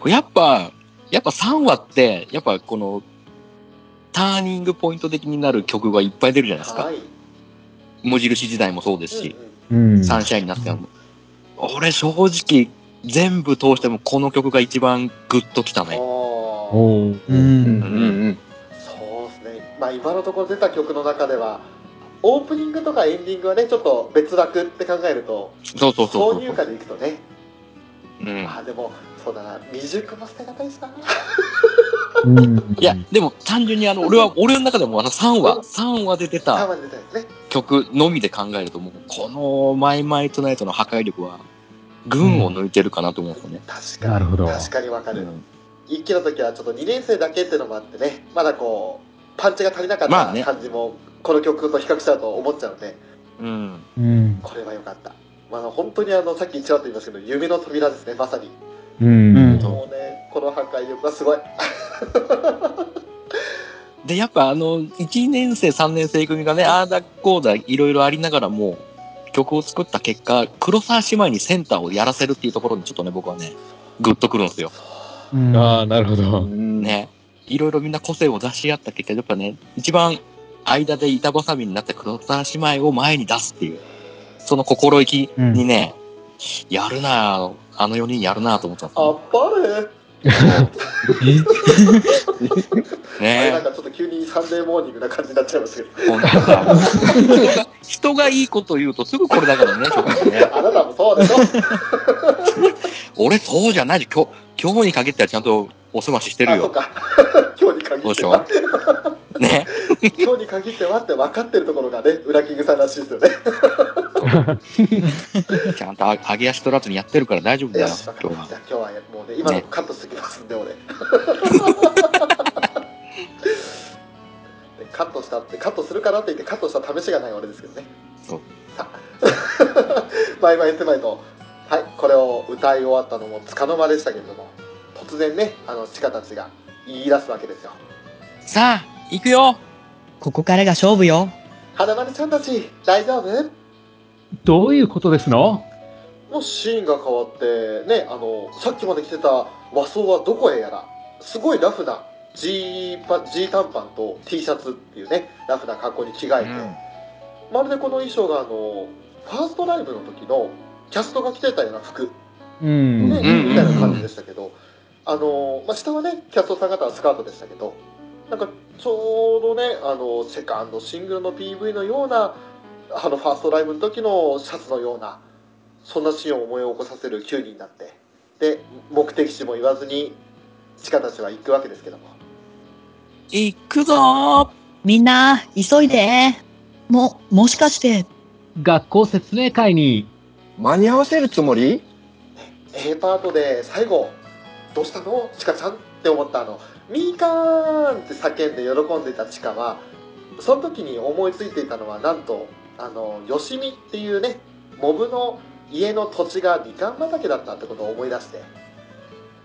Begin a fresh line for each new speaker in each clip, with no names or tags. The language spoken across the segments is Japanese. これやっぱ、やっぱ3話って、やっぱこの、ターニングポイント的になる曲がいっぱい出るじゃないですか
は。い。
無印時代もそうですし、
う
うん。
サンシャインになってからも。俺正直、全部通してもこの曲が一番グッときた
んうん
ね。
おー
おー
う
うんん
そうですね。まあ今のところ出た曲の中では、オープニングとかエンディングはね、ちょっと別枠って考えると、
そうそうそう
挿
そ
入
う。
歌でいくとね、
うん
ああでも、そうだな、未熟も捨てがたいですか
うん。
いや、でも単純にあの、俺は、俺の中でもあの3話、3話で出
3
た
話で出たんですね。
曲のみで考えると、もう、このマイマイトナイトの破壊力は、群を抜いてるかなと思うんですよね。
確かに。
なるほど。
確かにわか
う
る。
ん
一期の時はちょっと2年生だけってのもあってねまだこうパンチが足りなかっ
まあ
た
ね
感じもこの曲と比較しちゃうと思っちゃうので、
うん。
うん。
これは良かった、まあ、本当にあのさっきちらっと言いましたけど夢の扉ですねまさに、
うん。
うん
もうねこの破壊力がすごい
で、やっぱあの、1年生、3年生組がね、あーだこうだ、いろいろありながらも、曲を作った結果、黒沢姉妹にセンターをやらせるっていうところにちょっとね、僕はね、グッとくるんですよ。
うんああ、なるほど。
うん。
ね。いろいろみんな個性を出し合った結果、やっぱね、一番間で板挟みになって黒沢姉妹を前に出すっていう、その心意気にね、やるなぁ、あの4人やるなぁと思ったんです
あ
よ
っぱれあれなん
ね。
かちょっと急にサンデーモーニングな感じになっちゃいましたけど
こうなんか人が人がいいこと言うとすぐこれだからね、諸君ね。
あなたもそうでしょ
俺そうじゃないし、今日、今日に限ってはちゃんとおすまししてる
あそう
よ。
か 今日に限
そう
っ
で
て
しょ
は
ね。
今日に限ってはって分かってるところがね裏キングさんらしいですよね
ちゃんとあ上げ足取らずにやってるから大丈夫だ
よ
よ、
し分か
今日
りまし
は。
た今日はもうね今の
ね
カットしてきますんで、 俺カットしたってカットするかなって言ってカットした試しがない俺ですけどね
そう
さあ バイバイ狭いとはいこれを歌い終わったのもつかの間でしたけれども突然ねあのチカたちが言い出すわけですよ
さあ、行くよ
ここからが勝負よ。
花丸ちゃんたち大丈夫
どういうことですの
もうシーンが変わってねあのさっきまで着てた和装はどこへやらすごいラフな G, パ G 短パンと T シャツっていうねラフな格好に着替えて、まるでこの衣装があのファーストライブの時のキャストが着てたような服、
う
ね
ん
うんうんうん
みたいな感じでしたけどあの、まあ、下はねキャストさん方はスカートでしたけどなんかちょうどねあのセカンドシングルの PV のようなあのファーストライブの時のシャツのようなそんなシーンを思い起こさせる9人になってで目的地も言わずに地下たちは行くわけですけども
行くぞー
みんな、急いで。も、もしかして、
学校説明会に。
間に合わせるつもり
A パートで最後「どうしたのチカちゃん?」って思ったあの「みーかーん!」って叫んで喜んでいたチカはその時に思いついていたのはなんとあのよしみっていうねモブの家の土地がみかん畑だったってことを思い出して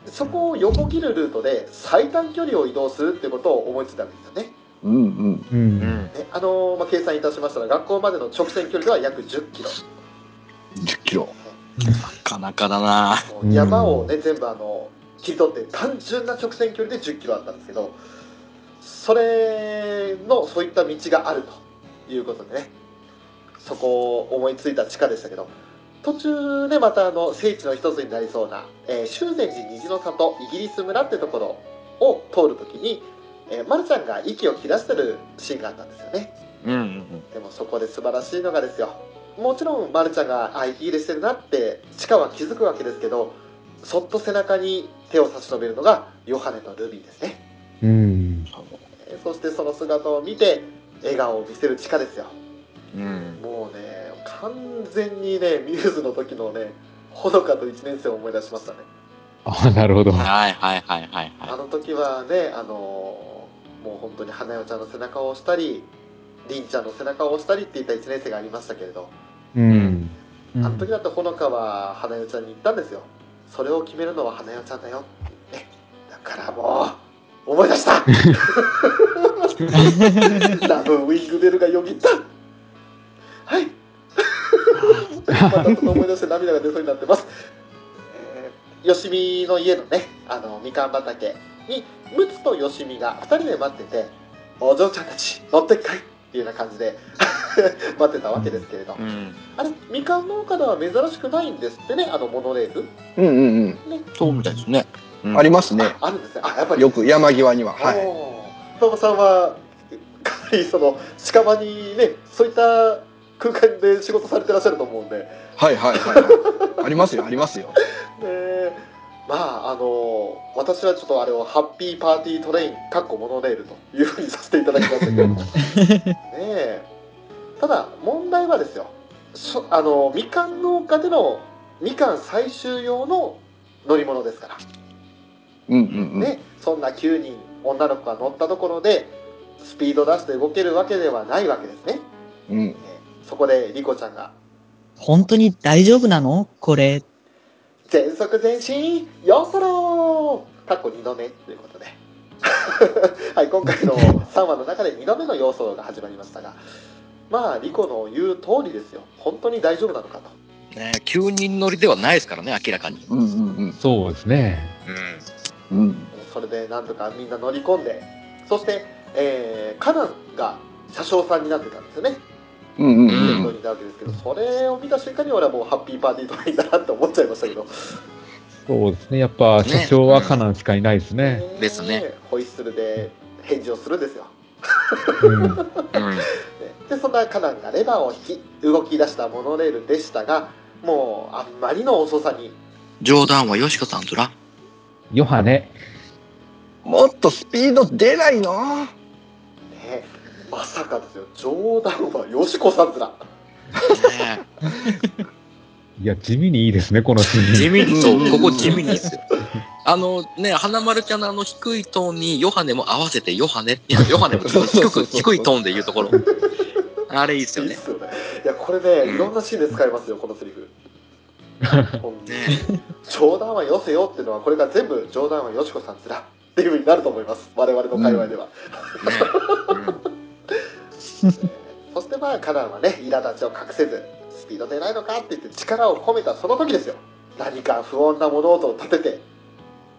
そこを横切るルートで最短距離を移動するってことを思いついたんですよね。
うんうん。
う
う。
んん。
ねあのーまあ、計算いたしましたら学校までの直線距離は約1 0キロ
10キロ。
なかなかだな
もう山をね全部あの切り取って単純な直線距離で1 0キロあったんですけどそれのそういった道があるということでねそこを思いついた地下でしたけど途中でまたあの聖地の一つになりそうな、えー修善寺虹の里イギリス村ってところを通るときに、えー、まるちゃんが息を切らしてるシーンがあったんですよね。
うんうんうん。
でもそこで素晴らしいのがですよもちろんまるちゃんがあ息切れしてるなってチカは気づくわけですけどそっと背中に手を差し伸べるのがヨハネとルビーですね
うん。
えーそしてその姿を見て笑顔を見せるチカですよ
うん。
もうね完全にねミューズの時のねほのかと1年生を思い出しましたね
あなるほど。
はいはいはいはい
あ
は
の時はねあのーもう本当に花代ちゃんの背中を押したり凛ちゃんの背中を押したりって言った1年生がありましたけれど
うん。う
あの時
ん
だとほのかは花代ちゃんに言ったんですよそれを決めるのは花代ちゃんだよねだからもう思い出 したラブウィングベルがよぎったはいまたちょっと思い出して涙が出そうになってます、えーよしみの家のねあのみかん畑にムツとよしみが2人で待ってて「お嬢ちゃんたち乗ってっかい」っていうような感じで 待ってたわけですけれど、
うん。
あれみかん農家では珍しくないんですってねあのモノレール、
うんうん
ね、
そうみたいですね。う
うん
ん
ありますね
ああるんですねあやっぱり
よく山際には
は
はい
い。馬場さんはかなりその近場にねそういった空間で仕事されてらっしゃると思うんで、ね、
はいはい はいはいありますよありますよ
まああの私はちょっとあれをハッピーパーティートレイン（かっこモノレール）というふうにさせていただきましたけどもねえただ問題はですよそあのみかん農家でのみかん採集用の乗り物ですから。
うんうんうん
ね、そんな9人女の子が乗ったところでスピード出して動けるわけではないわけですね、
うん
えーそこでリコちゃんが
本当に大丈夫なのこれ。
「全速前進よそろー」かっこ2度目ということで はい今回の3話の中で2度目の要素が始まりましたがまあリコの言う通りですよ本当に大丈夫なのかと
ね9人乗りではないですからね、明らかに。
うんうん
そうですね。
うん。
うんうん
それでなんとかみんな乗り込んでそして、えー、カナンが車掌さんになってたんですよね
うんう
イ
んう
ベン
ん
トになるわけですけど、それを見た瞬間に俺はもうハッピーパーティーとかいいんだなって思っちゃいましたけど、
そうですね。やっ
ね
ぱ、社長はカナンしかいないですね。
ですね
ホイッスルで返事をするんですよ
うん。
うん。
ででそんなカナンがレバーを引き動き出したモノレールでしたがもうあんまりの遅さに
冗談はよしこさんず ら。
ヨハネ。
もっとスピード出ないの
ねまさかですよ冗談はよしこさんずら
ね
いや、地味にいいですね、このシ
え地
ーン。
味に、そ
うん
う、ここ地味にですよ。あのね、花丸ちゃんのあの低いトーンに、ヨハネも合わせて、ヨハネって、 ヨハネもちょっと低く、低いトーンで言うところ。あれいいですよ
いい
ね
っ。すよねいやこれね、
うん
いろんなシーンで使えますよこのセリ フほんとに冗談はよせよっていうのはこれから全部冗談はよしこさんずらっていうふうになると思います我々の界隈では、
ねえ
そしてまあカナンはね苛立ちを隠せずスピード出ないのかって言って力を込めたその時ですよ何か不穏な物音を立てて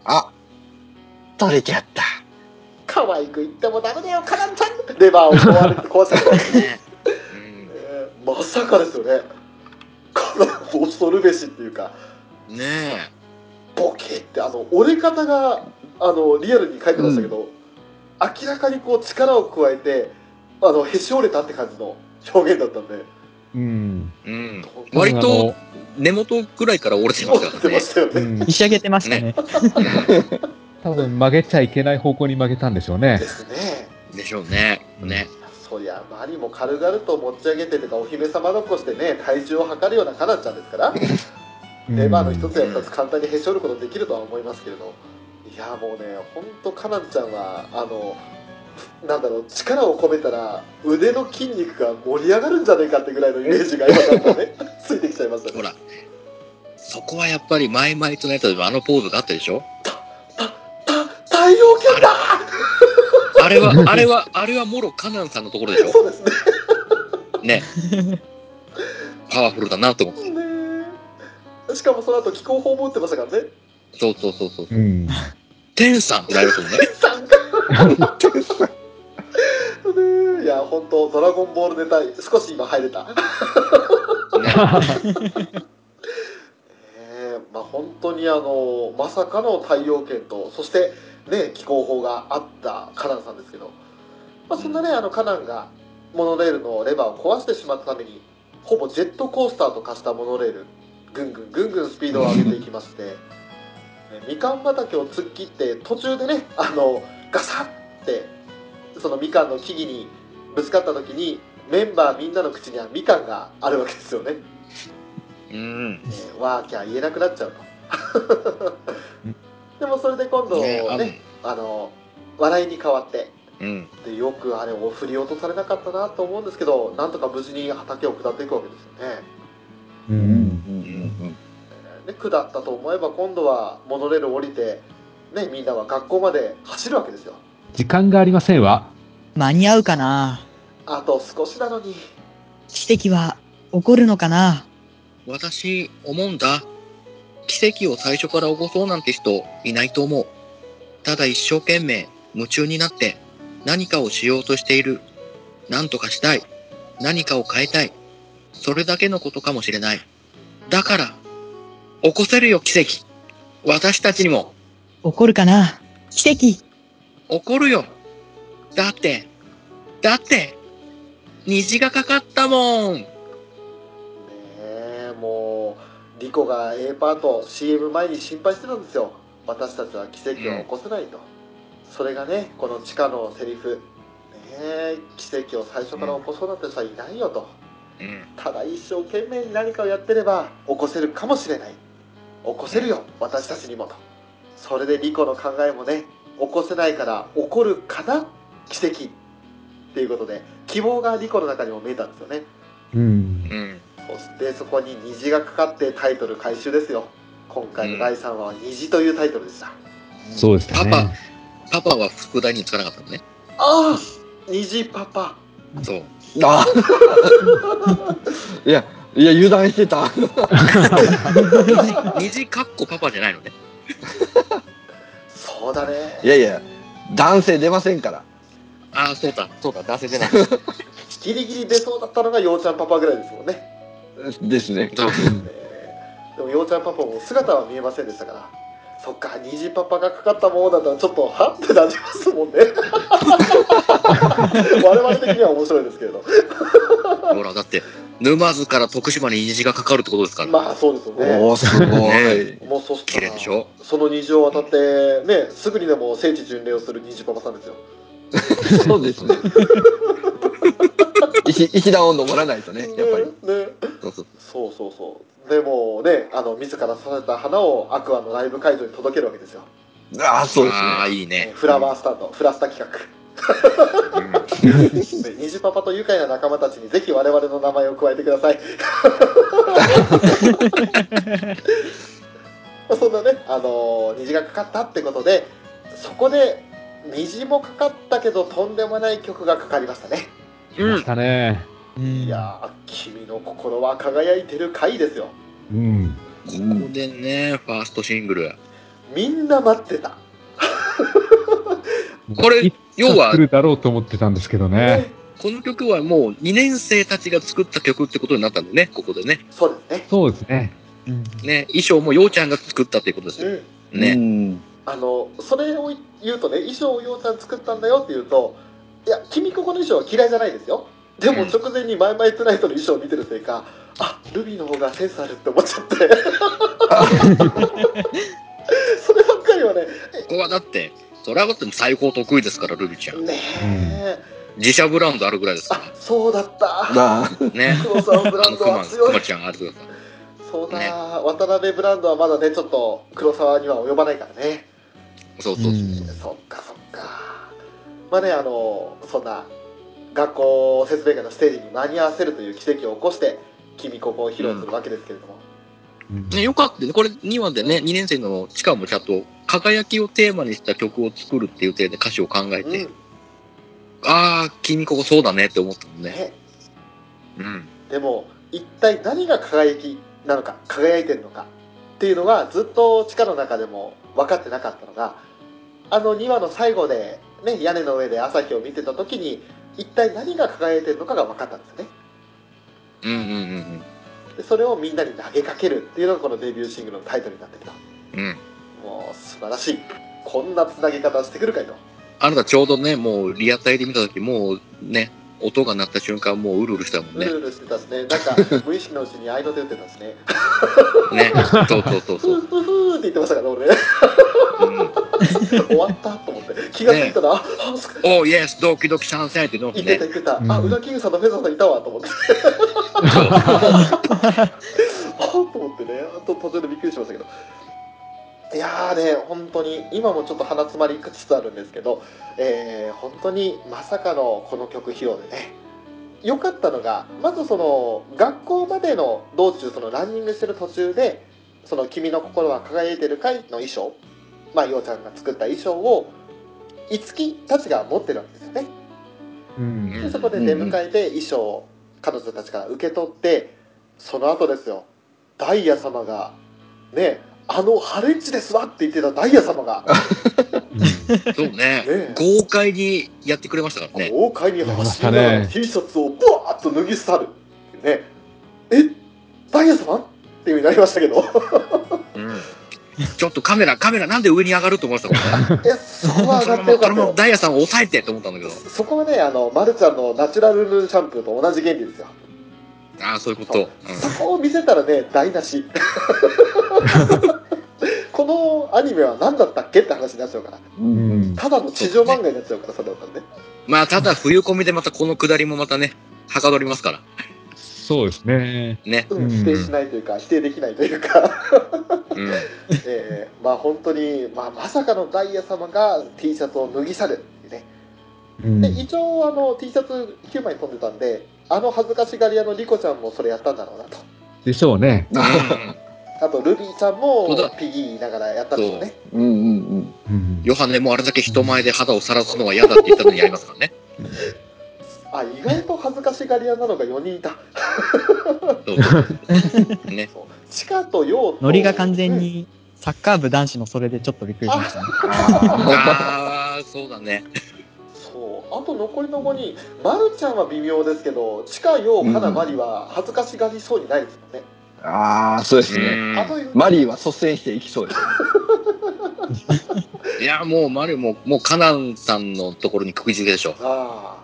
あ取れちゃった
可愛く言ってもダメだよカナンちゃんレバーを壊れて壊した、
うんねえ
えーまさかですよねカナン恐るべしっていうか
うんね
ボケってあの折れ方があのリアルに書いてましたけど、明らかにこう力を加えてあのへし折れたって感じの表現だったんで
うん。
えうん。割
あの
と、根元くらいから折れてま
折
すか
れ
ら
てま
ね。
したよね、
うん
ひしゃげてましたね。
多分曲げちゃいけない方向に曲げたんでしょうね
で。すね
でしょうね。ね。
そりゃあまりも軽々と持ち上げてとかお姫様残してね体重を測るようなカナンちゃんですからレバーの一つや二つ簡単にへし折ることできるとは思いますけれどいやもうねほんとカナンちゃんはあのなんだろう力を込めたら腕の筋肉が盛り上がるんじゃないかってぐらいのイメージが今から ねついてきちゃいました
ほ
ね
ら。そこはやっぱり、前々とのやつでもあのポーズがあったでしょ
た太陽拳だ
あれは、 あれは、あれはもろカナンさんのところでし
そうですね
ょねえパワフルだなと思って。
ねえしかもその後気候法も打ってましたからね
そうそうそうそう。
うん。
テンさんってなりますもんね。
参加ねえいやほんとドラゴンボールネタ少し今入れ た
ね
ねえまあ、本当にあのまさかの太陽圏とそして、ね、気候法があったカナンさんですけど、まあ、そんなね、あのカナンがモノレールのレバーを壊してしまったためにほぼジェットコースターと化したモノレールぐんぐんぐんぐんスピードを上げていきまして、ねみかん畑を突っ切って途中でねあのガサッてそのみかんの木々にぶつかった時にメンバーみんなの口にはみかんがあるわけですよね。
うん。
えーわーきゃ言えなくなっちゃうと
うん
でもそれで今度ね
ね
あの笑いに変わって
うん。
でよくあれを振り落とされなかったなと思うんですけどなんとか無事に畑を下っていくわけですよね
う。
うんうん
えーで下ったと思えば今度はモノレール降りて、ね、みんなは学校まで走るわけですよ
時間がありませんわ。
間に合うかな
あと少しなのに
奇跡は起こるのかな
私、思うんだ。奇跡を最初から起こそうなんて人いないと思う。ただ一生懸命夢中になって何かをしようとしている。何とかしたい。何かを変えたい。それだけのことかもしれない。だから、起こせるよ奇跡。私たちにも
怒るかな奇跡
起こるよ。だって、だって、虹がかかったもん。
えもうリコが A パート CM 前に心配してたんですよ私たちは奇跡を起こせないと、それがねこの地下のセリフねえ奇跡を最初から起こそうなんて人はいないよと
うん。
ただ一生懸命に何かをやってれば起こせるかもしれない起こせるよ私たちにもとそれでリコの考えもね起こせないから起こるかな奇跡っていうことで希望がリコの中にも見えたんですよね
うん。
うん。
そしてそこに虹がかかってタイトル回収ですよ今回の第3話は虹というタイトルでした、
そうですね。
パパパは福田につかなかったのね。
ああ虹パパ
そう。
あいやいや油断してた
虹かっこパパじゃないのね。
そうだね
いやいや男性出ませんから
ああ、そうだ、そうだ、男性じゃない。
ギリギリ出そうだったのがようちゃんパパぐらいですもんね
ですね
そう
でもようちゃんパパも姿は見えませんでしたからそっか虹パパがかかったものだったらちょっとはってなりますもん ね我々的には面白いですけれど
ほら、だって、沼津から徳島に虹がかかるってことですから。
まあそうですよね
おおすご
ね
い
もうそした
綺麗
ら
でしょ
その虹を渡ってねすぐにでも聖地巡礼をする虹パパさんですよ
そうです ね一一段温度もらないとねやっぱり
ねね
そうそう
そうそうそうでもねあの自ら育てた花をアクアのライブ会場に届けるわけですよ、
ああそうです
ああ、
ね
いいね。
フラワースタンド、フラスタ企画
うん
で虹パパと愉快な仲間たちにぜひ我々の名前を加えてくださいそんなね、あのー虹がかかったってことでそこで虹もかかったけどとんでもない曲がかかりましたね
来ましたね。
うん
いやー君の心は輝いてる回ですよ
うん。
ここでね、ファーストシングル。
みんな待ってた、
これ
いつか
要は
来るだろうと思ってたんですけどね。
この曲はもう2年生たちが作った曲ってことになったんだよね、ここでね。
そうですね
そうですね。
ね、衣装もようちゃんが作ったっていうことですよ。
う
ね。
ね
んあのそれを言うとね衣装をようちゃん作ったんだよって言うといや君ここの衣装は嫌いじゃないですよでも
うん
直前に「マイマイトゥナイト」の衣装を見てるせいかあルビーの方がセンスあるって思っちゃって そればっかりはね
ここはだって、それはだって最高得意ですから、ルビちゃん。
ねえ、
自社ブランドあるぐらいですか
あそうだった
なあ
ら。ね。
黒沢ブラ
あ
ン
の、
ド
く
は
ま、
強
く
い
まちゃんあるぐらいですから
そうだ、
ね
渡辺ブランドはまだねちょっと黒沢には及ばないからね
そうそうそう。
そっかそっかまあねあのそんな学校説明会のステージに間に合わせるという奇跡を起こして君ここを披露するわけですけれども、
うん
ね、よかったね。これ2話でね、2年生の地下もちゃんと、輝きをテーマにした曲を作るっていう体で歌詞を考え
うん
て、ああ、君ここそうだねって思ったもんね。
ね
うん。
でも一体何が輝きなのか輝いてるのかっていうのはずっと地下の中でも分かってなかったのがあの2話の最後で、ね、屋根の上で朝日を見てた時に一体何が輝いてるのかが分かったんですよね
うんうんうん
でそれをみんなに投げかけるっていうのがこのデビューシングルのタイトルになってきた
うん。うん。
もう素晴らしいこんなつなぎ方してくるかいと
あなたちょうどね、もうリアタイで見たとき、もうね、音が鳴った瞬間、もううるうるしたもん
う
ね。
るうるしてたしねなんか 無意識のうちに合いの手打ってたしね
ね。そうそうそうそ
ふ
う。
ーふーふーって言ってましたから 俺ね
うん、
終わったと思って気がついたら、ああそっか
おー、イエス、ドキドキ参戦っていうの
言
も
ってた
ね。
言ってた、
うん
あ宇田キングさんのフェザーさんいたわと思ってあと思ってねあと途中でびっくりしましたけどいやーね本当に今もちょっと鼻詰まりつつあるんですけど、えー、本当にまさかのこの曲披露でね良かったのがまずその学校までの道中そのランニングしてる途中で「その君の心は輝いてるかい?」の衣装まあようちゃんが作った衣装を五木たちが持ってるわけですよね。
うん。
でそこで出迎えて衣装を彼女たちから受け取ってその後ですよダイヤ様がねあのハレンチですわって言ってたダイヤ様が
そうね
ねえ
豪快にやってくれましたからね。
豪快に走りなが
やりました
ら
ね
T シャツをブワーッと脱ぎ去るってねえダイヤ様っていう風になりましたけ ど
うん。ちょっとカメラ、カメラなんで上に上がると思いましたからね。
いやそこは上
そ
が
の
って
まま、その
よかった
まま
よ
ダイヤさんを抑えてと思ったんだけど。
そこはねあのマルちゃんのナチュラルルーシャンプーと同じ原理ですよ
ああ、そういうこと。
そこを見せたらね台無 し このアニメは何だったっけって話になっちゃうから
うん。
ただの地上漫画になっちゃうからそれだったらね
うん。まあ、ただ冬込みでまたこの下りもまたね、はかどりますから。
そうですね。
ね。
う
うんん
否定しないというか否定できないというか、
うん。
えーまあ本当に、まあ、まさかのダイヤ様が T シャツを脱ぎ去るっていうね
うん
で一応あの T シャツ9枚飛んでたんであの恥ずかしがり屋のリコちゃんもそれやったんだろうなと
でしょうね。
あとルビーちゃんも
そうだ
ピギー言いながらやったんでしょうね
うんうんうん。
うん
ヨハネもあれだけ人前で肌をさらすのは嫌だって言ったのにやりますからね。
あ意外と恥ずかしがり屋なのが4人いた
そうそう ね。
そう地下と陽と
ノリが完全にサッカー部男子のそれでちょっとびっくりしましたね。
ああ、そうだね。
そうあと残りの5人まるちゃんは微妙ですけど地下陽花マリは恥ずかしがりそうにないですもんね、
ああ、そうで
う
すね。
ん
あという
マリーは率先していきそうです。
いや、もうマリオも、もうカナンさんのところに釘付けでしょ。
あ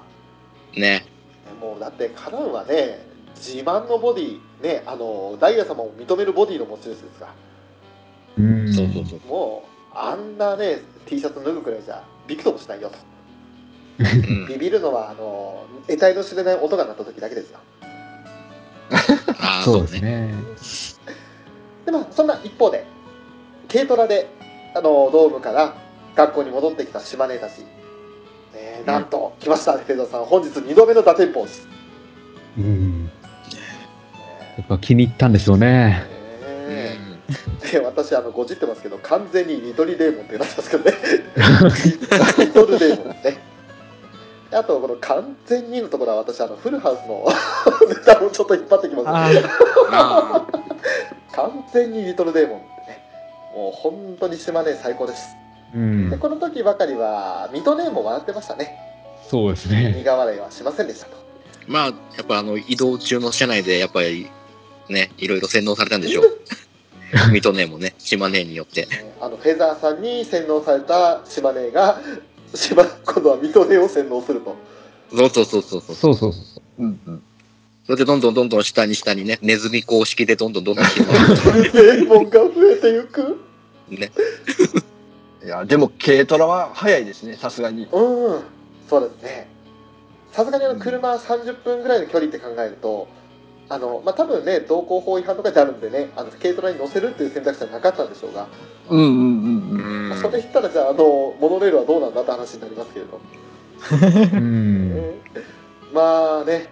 ね。
あもうだってカナンはね自慢のボディねあのダイヤ様を認めるボディの持ち主ですから
うん
そうそうそう。
もうあんなね T シャツ脱ぐくらいじゃびくともしないよと
うん
ビビるのはあの得体の知れない音が鳴った時だけですよ
ああ、
そ
そうう
です
ね。
ね。
でまあそんな一方で軽トラであのドームから学校に戻ってきた島根たち、ねえ
ん
なんと来ましたフェザーさん本日2度目の打点ポーズ、
うん。やっぱ気に入ったんでしょうね。
ねえで私あのごじってますけど完全にリトリデーモンってなってますけどねリトルデーモンですねであとこの完全にのところは私あのフルハウスの ネタをちょっと引っ張ってきます
あ
ああ、
完全にリトルデーモンってねもう本当に島根最高です
う
で
ん。
この時ばかりは水戸姉も笑ってましたね
そうですね。
苦笑いはしませんでしたと
まあ、やっぱあの、移動中の車内で、やっぱり、ね、いろいろ洗脳されたんで しょう。水戸姉もね、島姉によって。
あのフェザーさんに洗脳された島根が 島今度は水戸根を洗脳すると
そうそうそうそうそう。
そうそうそうそう。
うんうん。
それでどんどんどんどん下に下にね、ネズミ公式でどんどんどんどん広がる。
名門が増えてゆく
ね。
いや、でも軽トラは早いですね、さすがに。
うんそうですねさすがにあの車30分ぐらいの距離って考えるとあのまあ多分ね道交法違反とかであるんでねあの軽トラに乗せるっていう選択肢はなかったんでしょうが、
うんうんうん
う
うん。
ん。
それ言ったらじゃああのモノレールはどうなんだって話になりますけれど
うん。
まあね、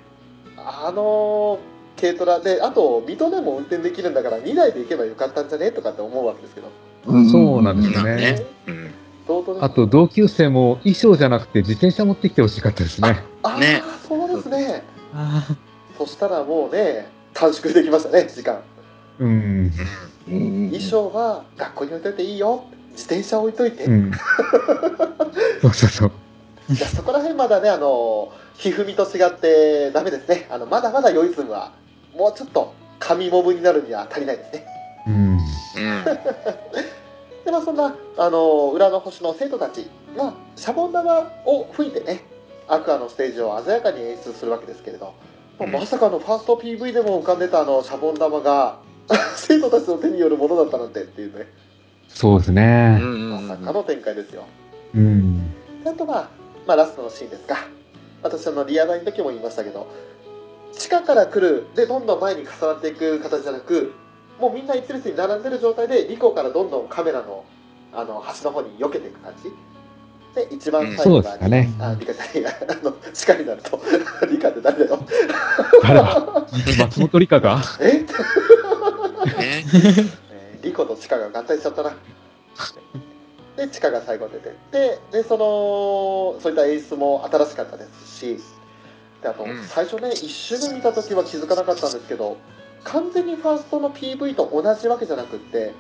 あの軽トラで、あと、水戸でも運転できるんだから、2台で行けばよかったんじゃねとかって思うわけですけど、
うん
そうなんです
まあ
よ
ね
ね。
うん。
同等です
あと、同級生も衣装じゃなくて自転車持ってきてほしかったですね。
あー
ね
そうですね、
あー
そしたらもうね、短縮できましたね、時間。
うん。
うんうん
衣装は学校に置いといていいよ、自転車置いといて、
うん。そうそうそう。
じゃあそこら辺まだね、あのひふみと違って、ダメですね、あのまだまだ酔いズムは、もうちょっと、紙モブになるには足りないですね。
うん。
うん。
でまあそんなあの裏の星の生徒たちがシャボン玉を吹いてねアクアのステージを鮮やかに演出するわけですけれど、まあ
うん
まさかのファースト PV でも浮かんでたあのシャボン玉が 生徒たちの手によるものだったなんてっていうね
そうです
う
ね。
ん。
まさかの展開ですよ。
うん。
であとまあ、まあ、ラストのシーンですか私あのリアダイの時も言いましたけど地下から来るでどんどん前に重なっていく形じゃなくもうみんな一列に並んでる状態でリコからどんどんカメラのあの端の方に避けていく感じで一番最後
うんそうですかね
あリカじゃないやあの地下になると リカって誰だよ
あら、 松本里香が
えね
ね。
リコと地下が合体しちゃったなで地下が最後出てってでそのそういった演出も新しかったですしであと
うん
最初ね1周目見た時は気づかなかったんですけど完全にファーストの PV と同じわけじゃなくって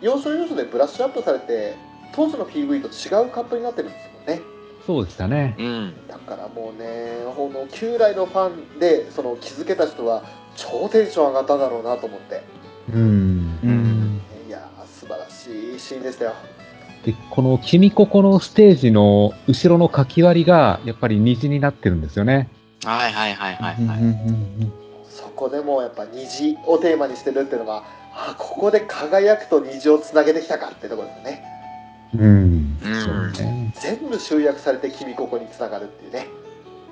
要所要所でブラッシュアップされて当時の PV と違うカットになってるんですよね
そうでしたね。
うん。
だからもうねこの旧来のファンでその気づけた人は超テンション上がっただろうなと思って
うん。
うん。
いやー素晴らしいシーンでしたよ
で、この君ここのステージの後ろの書き割りが、やっぱり虹になってるんですよね。
はいはいはいはい、はい
そこでもうやっぱ虹をテーマにしてるっていうのがあここで輝くと虹をつなげてきたかってところですね
うん。
うん
そうね。
全部集約されて君ここにつながるっていうね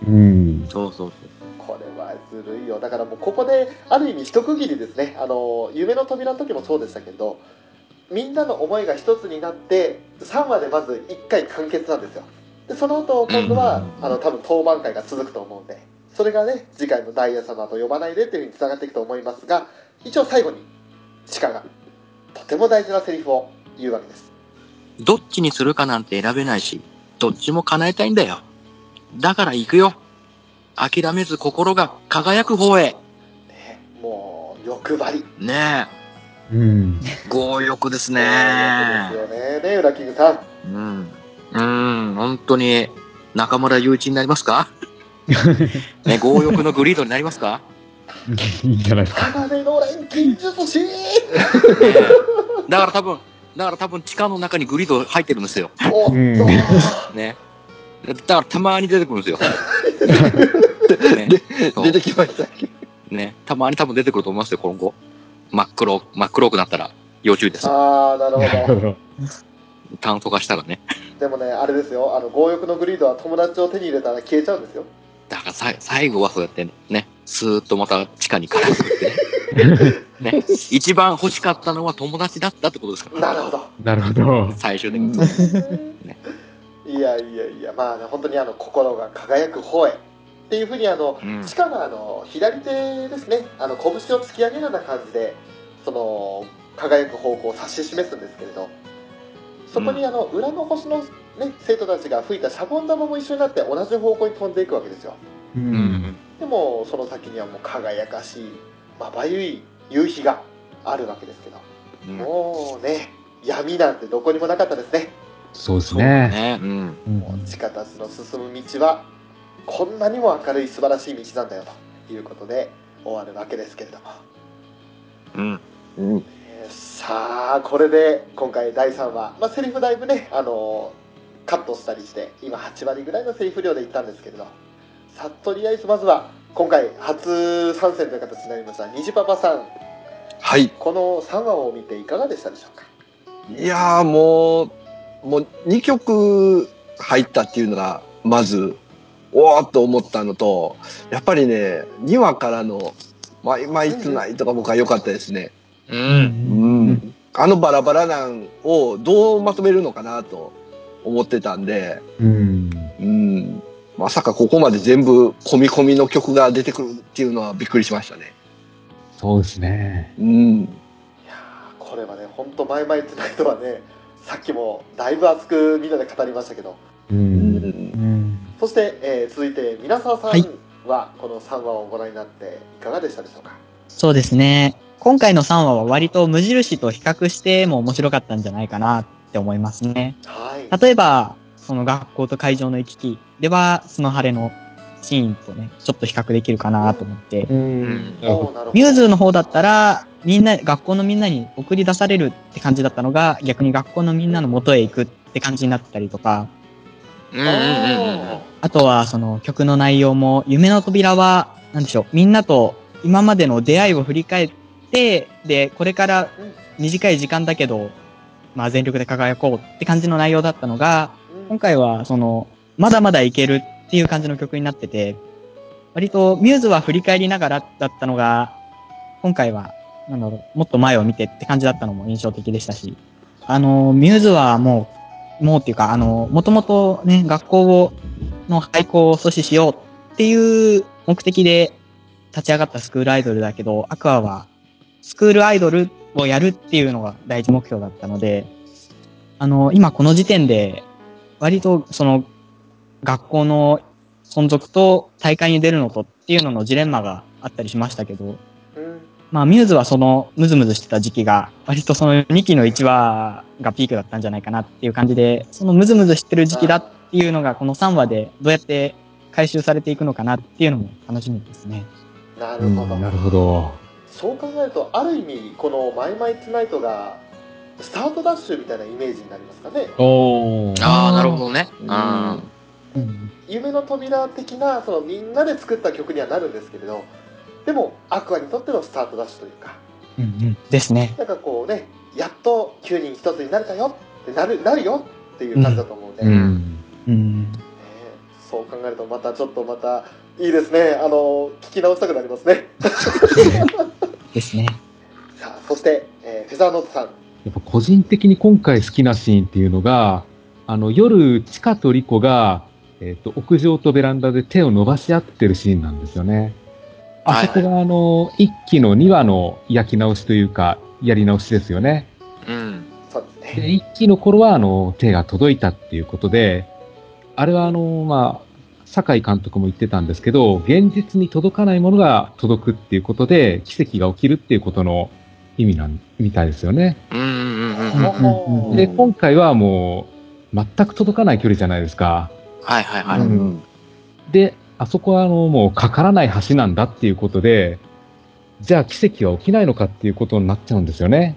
うん。
そうそう
これはずるいよだからもうここである意味一区切りですねあの夢の扉の時もそうでしたけどみんなの思いが一つになって3話でまず1回完結なんですよでその後今度は
うん
あの多分当番会が続くと思うんでそれがね次回の「ダイヤ様と呼ばないで」っていうふうにつながっていくと思いますが一応最後にチカがとても大事なセリフを言うわけです
そう。どっちにするかなんて選べないし、どっちも叶えたいんだよ。だから行くよ。諦めず心が輝く方へ。
ねもう欲張り
ね
うん。
え。強欲ですね
そうですよねね裏キングさん
うん。うん、本当に、中村雄一になります かね、強欲のグリードになりますか
いいんじゃないですか。
鋼の錬金術師
ねえだから多分、だから多分地下の中にグリード入ってるんですよ。
おっと、
うん
ね。だからたまに出てくるんですよ。ねそう
出てきました。
ね。たまに多分出てくると思いますよ、今後。真っ黒、真っ黒くなったら要注意です。
ああなる
な
ほど
るほど。
炭素化したらね。
でもねあれですよあの強欲のグリードは友達を手に入れたら消えちゃうんですよ
だからさ最後はそうやってね、スーッとまた地下にからすってね。ね。一番欲しかったのは友達だったってことですから。
なるほど
なるほど。
最終的に。
いやいやいやまあね本当にあの心が輝く方へっていうふうにあの
うん
地下があの左手ですねあの拳を突き上げるような感じでその輝く方向を指し示すんですけれどそこにあの裏の星の、ね、生徒たちが吹いたシャボン玉も一緒になって同じ方向に飛んでいくわけですよ
う。
うんん。
でもその先にはもう輝かしいまばゆい夕日があるわけですけど、
うん
もうね闇なんてどこにもなかったですね
そうです
そうだね。
ね。
うん。
うん
地下たちの進む道はこんなにも明るい素晴らしい道なんだよということで終わるわけですけれども、
うん。うん。
えーさあこれで今回第3話、まあ、セリフだいぶね、あのーカットしたりして今8割ぐらいのセリフ量でいったんですけれどさあとりあえずまずは今回初参戦という形になりました虹パパさん
はい。
この3話を見ていかがでしたでしょうか
いやーもう、もう2曲入ったっていうのが、まず、おーっと思ったのと、やっぱりね、2話からの、マイマイツナイトが僕は良かったですね。
うん。
うん。あのバラバラなんをどうまとめるのかなと思ってたんで、
うん。
うん。まさかここまで全部込み込みの曲が出てくるっていうのはびっくりしましたね。
そうですね。
うん。
いやーこれはね本当マイマイツナイトはねさっきもだいぶ熱くみんなで語りましたけど
う。
うんん
そして、えー続いて皆沢さ
はい
んはこの3話をご覧になっていかがでしたでしょうか、
そうですね。今回の3話は割と無印と比較しても面白かったんじゃないかなって思いますね。
はい
例えば、その学校と会場の行き来では、スノハレのシーンとね、ちょっと比較できるかなと思って。
うん。なるほ
おーなるほど
ミューズの方だったら、みんな、学校のみんなに送り出されるって感じだったのが、逆に学校のみんなの元へ行くって感じになってたりとか、
うん。うん。
あ
あとはその曲の内容も、夢の扉は、なんでしょう、みんなと今までの出会いを振り返って、で、これから
うん
短い時間だけど、まあ全力で輝こうって感じの内容だったのが、
ーうん
今回はその、まだまだいけるっていう感じの曲になってて、割とミューズは振り返りながらだったのが、今回は、なんだろう、もっと前を見てって感じだったのも印象的でしたし、あの、ミューズはもう、もうっていうか、あの、もともとね、学校を、の廃校を阻止しようっていう目的で立ち上がったスクールアイドルだけど、アクアは、スクールアイドルをやるっていうのが第一目標だったので、あの、今この時点で、割とその学校の存続と大会に出るのとっていうののジレンマがあったりしましたけど、
うん
まあ、ミューズはその、ムズムズしてた時期が、割とその2期の1話がピークだったんじゃないかなっていう感じで、そのムズムズしてる時期だっていうのが、この3話でどうやって回収されていくのかなっていうのも楽しみですね。
なる
うん
ほど、
なるほど。
そう考えるとある意味この「マイマイツナイト」がスタートダッシュみたいなイメージになりますかね
おー。
ああ、なるほどね。う。
うんん
うん。
夢の扉的なそのみんなで作った曲にはなるんですけれどでもアクアにとってのスタートダッシュというか
うんうん。ですね。
なんかこうねやっと9人一つになれたよってなるなるよっていう感じだと思うので、
う
ね
ん。
うん。
そう考えるとまたちょっとまたいいですねあの聞き直したくなりますね
ですね。
さあそして、えーフェザーノートさん
やっぱ個人的に今回好きなシーンっていうのが、あの、夜、チカとリコが、えっ、と、屋上とベランダで手を伸ばし合ってるシーンなんですよね。あそこが、あの、一期の2話の焼き直しというか、やり直しですよね。
うん。
そうですね
で、一期の頃は、あの、手が届いたっていうことで、あれは、あの、まあ、酒井監督も言ってたんですけど、現実に届かないものが届くっていうことで、奇跡が起きるっていうことの意味なん、みたいですよね。
うんうんうんうん。
うんうん
は
で、
うん
今回はもう、全く届かない距離じゃないですか。
はいはいはい。
うん
で、あそこはあの、もうかからない橋なんだっていうことで、じゃあ奇跡は起きないのかっていうことになっちゃうんですよね。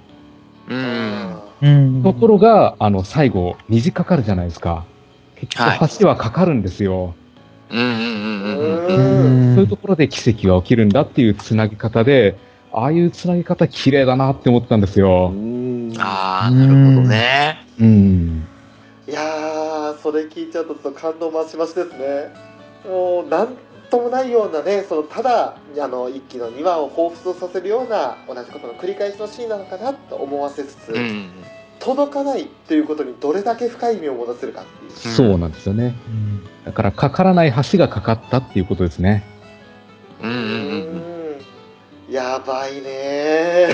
うん。
うん
ところが、あの、最後、虹かかるじゃないですか。結
は
局橋はかかるんですよ。
うんうんうんうんうん。
う
うん
ん
そういうところで奇跡が起きるんだっていうつなぎ方で、ああいうつなぎ方綺麗だなって思ったんですよ。
うん
ああ、なるほどね。
うん。
いやーそれ聞いちゃうとちょっと感動増し増しですねもうなんともないようなねそのただあの一期の2話を彷彿とさせるような同じことの繰り返しのシーンなのかなと思わせつつ、
うん。
届かないということにどれだけ深い意味を持たせるかっていう
そうなんですよね。だから、かからない橋がかかったっていうことですね。
うんうんうん
うんやばいね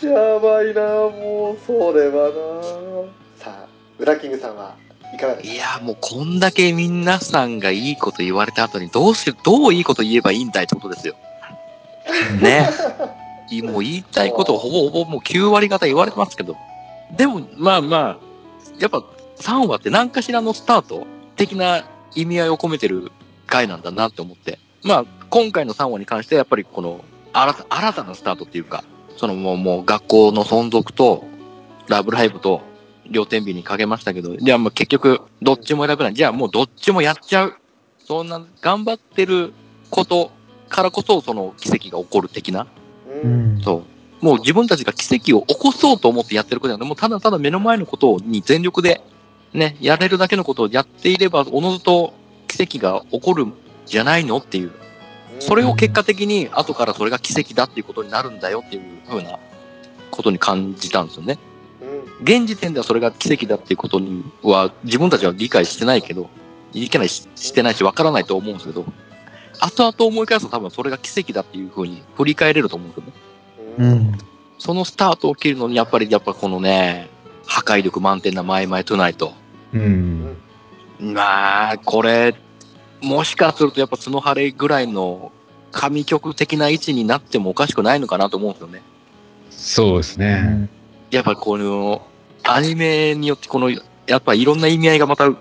ーやばいなーもうそれはなーさあウラキングさんはいかが
うん。
で
い
す
や、もうこんだけ皆さんがいいこと言われた後に、どうして、どういいこと言えばいいんだいってことですよ。ね。いもう言いたいことをほぼほぼもう9割方言われてますけど。でも、まあまあ、やっぱ3話って何かしらのスタート的な意味合いを込めてる回なんだなって思って。まあ、今回の3話に関してはやっぱりこの新た新たなスタートっていうか、そのもうもう学校の存続と、ラブライブと、両天秤にかけましたけど、じゃあもう結局、どっちも選べない。じゃあもうどっちもやっちゃう。そんな、頑張ってることからこそ、その奇跡が起こる的な。
か、う
うんん。
そう。もう自分たちが奇跡を起こそうと思ってやってることじゃなくて、もうただただ目の前のことに全力で、ね、やれるだけのことをやっていれば、おのずと奇跡が起こるんじゃないのっていう。それを結果的に、後からそれが奇跡だっていうことになるんだよっていう風なことに感じたんですよね。
うん
現時点ではそれが奇跡だっていうことには、自分たちは理解してないけど、理解ししてないし、わからないと思うんですけど、後々思い返すと多分それが奇跡だっていう風に振り返れると思うんですよね。
う
うんん。
そのスタートを切るのに、やっぱり、やっぱこのね、破壊力満点なマイマイトゥナイト。
うん。
まあ、これ、もしかするとやっぱ角晴れぐらいの神曲的な位置になってもおかしくないのかなと思うんですよね。
そうです
う
ね。
ん
やっぱこの、アニメによってこの、やっぱいろんな意味合いがまた増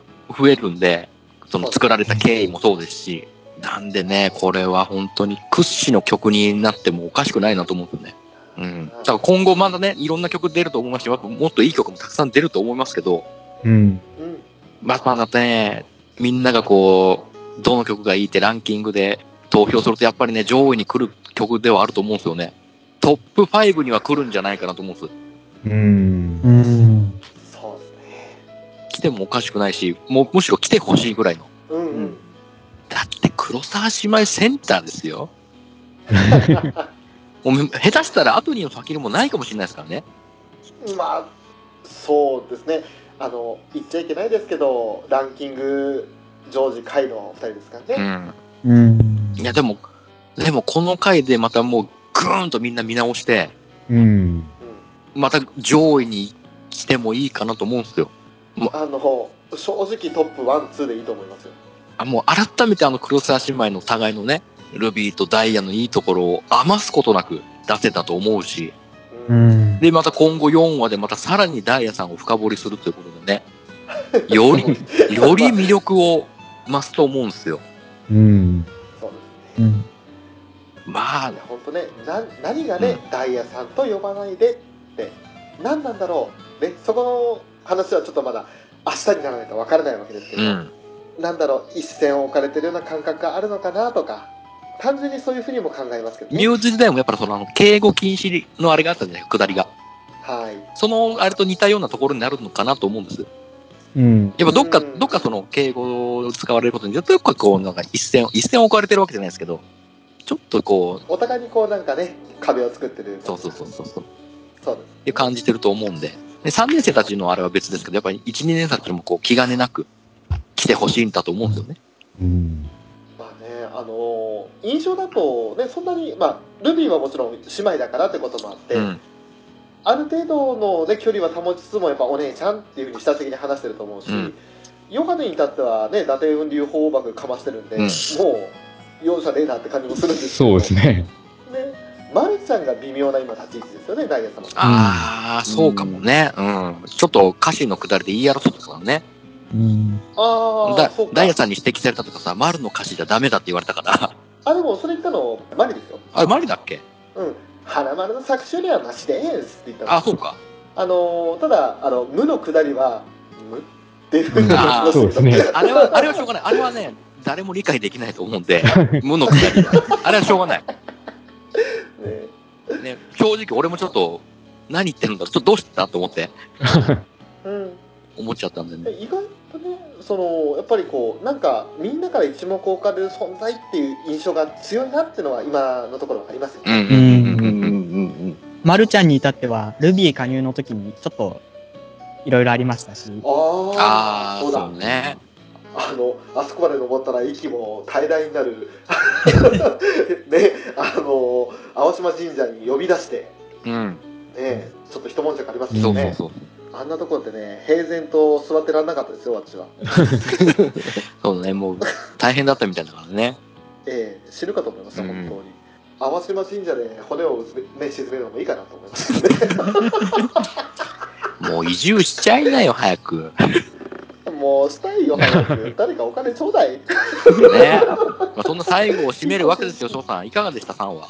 えるんで、その作られた経緯もそうですし、なんでね、これは本当に屈指の曲になってもおかしくないなと思うんですよね。うん。だから今後まだね、いろんな曲出ると思いますし、やっぱもっといい曲もたくさん出ると思いますけど、
うん。
うん
まあまだね、みんながこう、どの曲がいいってランキングで投票するとやっぱりね、上位に来る曲ではあると思うんですよね。トップ5には来るんじゃないかなと思うんです。
うん。
うん。
そうですね
来てもおかしくないし、もうむしろ来てほしいぐらいの。
うんうん、
だって黒沢姉妹センターですよ。もう下手したら後にも先にもないかもしれないですからね。
まあそうですねあの言っちゃいけないですけどランキング常時下位のお二人ですからね、
ん。
うん。
いやでも、でもこの回でまたもうグーンとみんな見直して、
うん。
うん
また上位に来てもいいかなと思うんですよ。
あの正直トップ12でいいと思いますよ
あもう改めてあの黒沢姉妹の互いのね、ルビーとダイヤのいいところを余すことなく出せたと思うし、
う
うんん。
で、また今後4話でまたさらにダイヤさんを深掘りするということでね、より、より魅力を増すと思うんですよ。
うん。
そう
うん。
まあ
いや、本当ねな何がね、ダイヤさんと呼ばないでって何なんだろう、ね、そこの話はちょっとまだ明日にならないとわからないわけですけ
う
ど、
ん。
なんだろう一線を置かれてるような感覚があるのかなとか単純にそういうふうにも考えますけど、
ミューズ時代もやっぱりそのあの、敬語禁止のあれがあったじゃないですか、下りが。
はい
そのあれと似たようなところになるのかなと思うんです。
うん。
やっぱどっか、
うん
どっかその敬語を使われることによって、どっかこう、なんか一線を、一線を置かれてるわけじゃないですけど、ちょっとこう、
お互いにこうなんかね壁を作ってる
そうそうそうそう、っ
そうです
て感じてると思うんで、で、3年生たちのあれは別ですけど、やっぱり1、2年生たちもこう、気兼ねなく来てほしいんだと思うんですよね。
うん。
まあねあのー印象だとねそんなにまあルビーはもちろん姉妹だからってこともあって、
うん。
ある程度の、ね、距離は保ちつつもやっぱお姉ちゃんっていうふうに親的に話してると思うし、
うん
ヨハネに至ってはね伊達雲流法幕かましてるんで、
うん
もう容赦ねえなって感じもするんですけど
そうですね。
ねマルちゃんが微妙な今立ち位置ですよねダイヤ様
ああ、そうかもね。うん。ちょっと歌詞のくだりで言い争ってたからね。
うん。
ああ
だ
そう、か
ダイヤさんに指摘されたとかさ、丸の歌詞じゃダメだって言われたから。
あでもそれ言ったのマリですよ
あれ、丸だっけ
うん花丸の作詞よりはマシですって言ったの
あ、そうか。
あのーただあの無の下りは無っていうふうに話しましたけど
そうですね。
あれは、あれはしょうがない。あれはね、誰も理解できないと思うんで、 無のくだりは。あれはしょうがない。
ね
ね、正直俺もちょっと、何言ってるんだろう、ちょっとどうしてたと思って、
うん
思っちゃったんでね。
意外とねそのやっぱりこうなんかみんなから一目置かれる存在っていう印象が強いなっていうのは今のところありますよ
う
ね、
んうんうんう
う
んん
う
うん。
ん
マルちゃんに至っては、ルビー加入の時に、ちょっと、いろいろありましたし。
あ
あ
あそ
あ、
うだ
そうね。
あのあそこまで登ったら息も平らにな るねあの青島神社に呼び出して
うん。
ねちょっと一文字がありますけ
そう
ど
そ
ね
うそう。
あんなところってね平然と座ってらんなかったですよ私は
そうね、もう、大変だったみたいだからね。
ええ知るかと思いました、
うん
本当に。淡島神社で骨をうずめ、ね、沈めるのもいいかなと思います ね。
もう移住しちゃいなよ、早く。
もうしたいよ、早く。誰かお金ちょうだい。
ね。 まあ、そんな最後を締めるわけですよ、翔さん。いかがでした、さんは。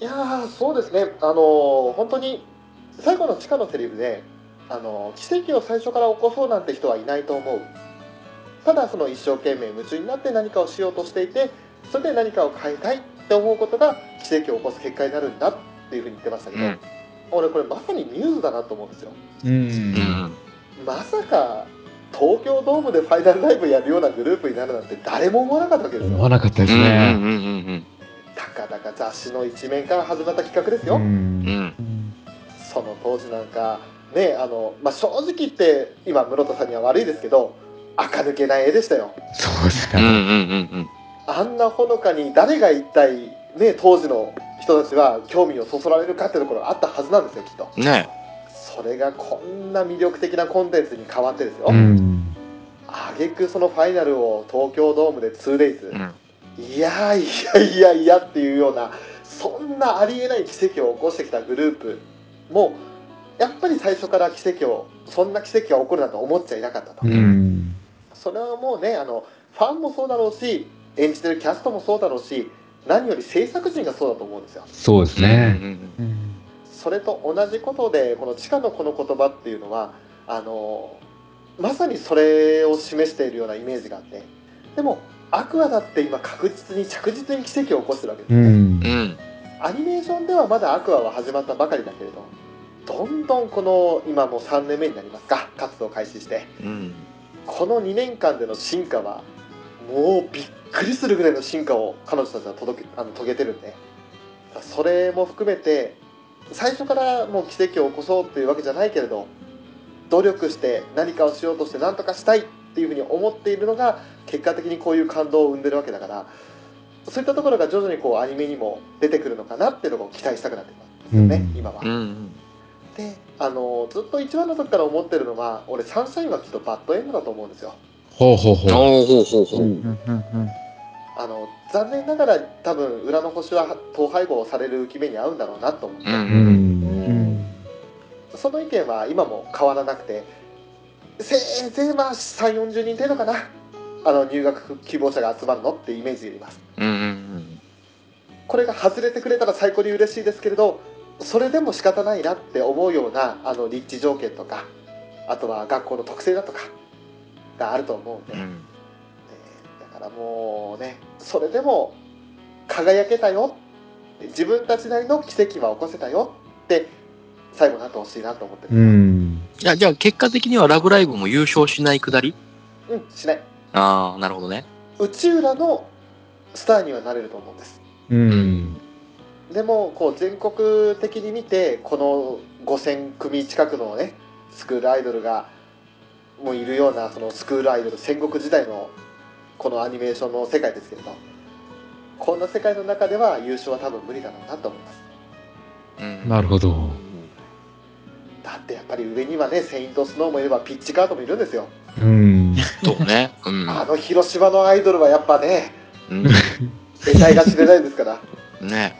いやー、そうですね。あのー本当に、最後の地下のセリフで、あのー奇跡を最初から起こそうなんて人はいないと思う。ただ、その一生懸命夢中になって何かをしようとしていて、それで何かを変えたいって思うことが奇跡を起こす結果になるんだっていうふうに言ってましたけど、
うん
俺これまさにミューズだなと思うんですよ。
う。
うんん。
まさか東京ドームでファイナルライブやるようなグループになるなんて誰も思わなかったわけです
思わ
よ
なかったで
う
す
んう
ね。
んうん
たかだか雑誌の一面から始まった企画ですよ、
うんうん。うん。
うん。
その当時なんかねあの、まあ、正直言って今室田さんには悪いですけど垢抜けない絵でしたよ
そうです
うんう
ね。
んうん
あんなほのかに誰が一体ね当時の人たちは興味をそそられるかってところがあったはずなんですよきっと
うん。ね
それがこんな魅力的なコンテンツに変わってですよ、
うん。
挙句そのファイナルを東京ドームで 2days、
うん。
いやいやいやいやっていうようなそんなありえない奇跡を起こしてきたグループもやっぱり最初から奇跡をそんな奇跡が起こるなんて思っちゃいなかったと、
うん。
それはもうねあのファンもそうだろうし演じてるキャストもそうだろうし何より制作陣がそうだと思うんですよ
そうですね。
うんうん
うん。
それと同じことでこの地下のこの言葉っていうのはあのまさにそれを示しているようなイメージがあってでもアクアだって今確実に着実に奇跡を起こしてるわけです
う
よね、
ん
う。ん。
アニメーションではまだアクアは始まったばかりだけれどどんどんこの今もう3年目になりますか活動開始して
うん。
この2年間での進化はもうびっくりするぐらいの進化を彼女たちは届けあの遂げてるんでそれも含めて最初からもう奇跡を起こそうっていうわけじゃないけれど努力して何かをしようとして何とかしたいっていうふうに思っているのが結果的にこういう感動を生んでるわけだからそういったところが徐々にこうアニメにも出てくるのかなっていうのを期待したくなってますよね、
うん
今は。
うんうん。
であのずっと一番の時から思ってるのは俺サンシャインはきっとバッドエンドだと思うんですよ。
ほうほうほう。
おーほうほうほう。
うん
うん。うん。
あの残念ながら多分裏の星は統廃合される決めに合うんだろうなと思って、
うん
うん。
その意見は今も変わらなくてせいぜいまあ3 4 0人程度かなあの入学希望者が集まるのってイメージでいます
うんうん
これが外れてくれたら最高に嬉しいですけれどそれでも仕方ないなって思うようなあの立地条件とかあとは学校の特性だとかがあると思うんで、
うんう
え
ん
ーだからもうねそれでも輝けたよ自分たちなりの奇跡は起こせたよって最後になってほしいなと思ってる、
うん。
いや、じゃあ結果的にはラブライブも優勝しないくだり
うん、しない
ああ、なるほどね。
内浦のスターにはなれると思うんです
うん。
でもこう全国的に見てこの5,000組近くのねスクールアイドルがもういるようなそのスクールアイドル戦国時代のこのアニメーションの世界ですけれどこんな世界の中では優勝は多分無理だろうなと思います
うん。
なるほど。
だってやっぱり上にはねセイントスノーもいればピッチカートもいるんですよ
うん。
そうね。うん。
あの広島のアイドルはやっぱね
う
得体が知れないですから
ん、ね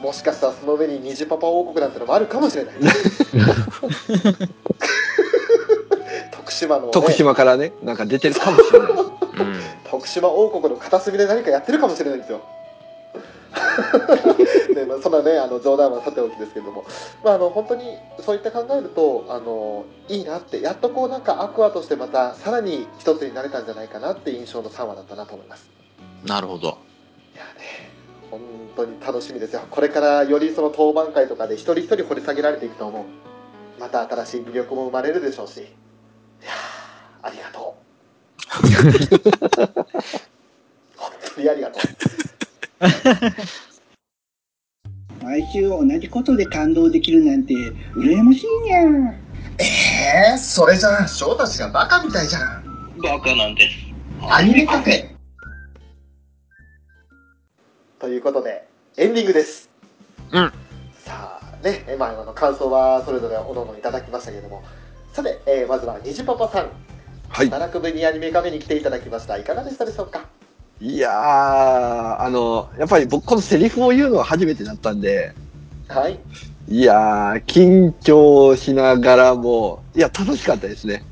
もしかしたらその上にニジパパ王国なんてのもあるかもしれない 徳島の、ね、
徳島からね、なんか出てるかもしれない。
うん。
徳島王国の片隅で何かやってるかもしれないんですよ。 ねまあ、そんなねあの冗談はさておきですけれども、まあ、あの本当にそういった考えるとあのいいなってやっとこうなんかアクアとしてまたさらに一つになれたんじゃないかなって印象の3話だったなと思います
なるほど。
いやね本当に楽しみですよこれからよりその当番会とかで一人一人掘り下げられていくと思うまた新しい魅力も生まれるでしょうしいやーありがとう本当にありがとう
毎週同じことで感動できるなんて羨ましいにゃ
えー、それじゃあ翔たちがバカみたいじゃん
バカなんです。
アニメカフェ
ということでエンディングです
うん
さあねえまああの感想はそれぞれおのおのいただきましたけれどもさて、えーまずはにじパパさん
はい。
奈落部にアニメカフェに来ていただきましたいかがでしたでしょうか
いやー、あの、やっぱり僕このセリフを言うのは初めてだったんで、
はい
いやー、緊張しながらも、いや、楽しかったですね。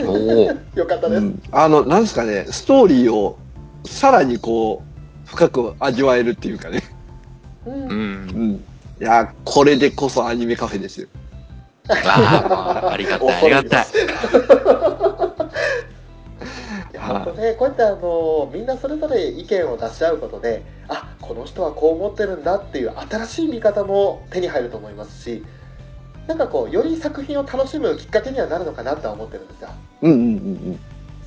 おお。
よかったで
う
す、
ん、あの、なんですかね、ストーリーをさらにこう、深く味わえるっていうかね。
うん
うん。
うん。いやー、これでこそアニメカフェですよ。
ああ、ありがたい、ありがたい。
いや本当ね、こうやってあのみんなそれぞれ意見を出し合うことであこの人はこう思ってるんだっていう新しい見方も手に入ると思いますしなんかこうより作品を楽しむきっかけにはなるのかなとは思ってるんですよ
うんうんうん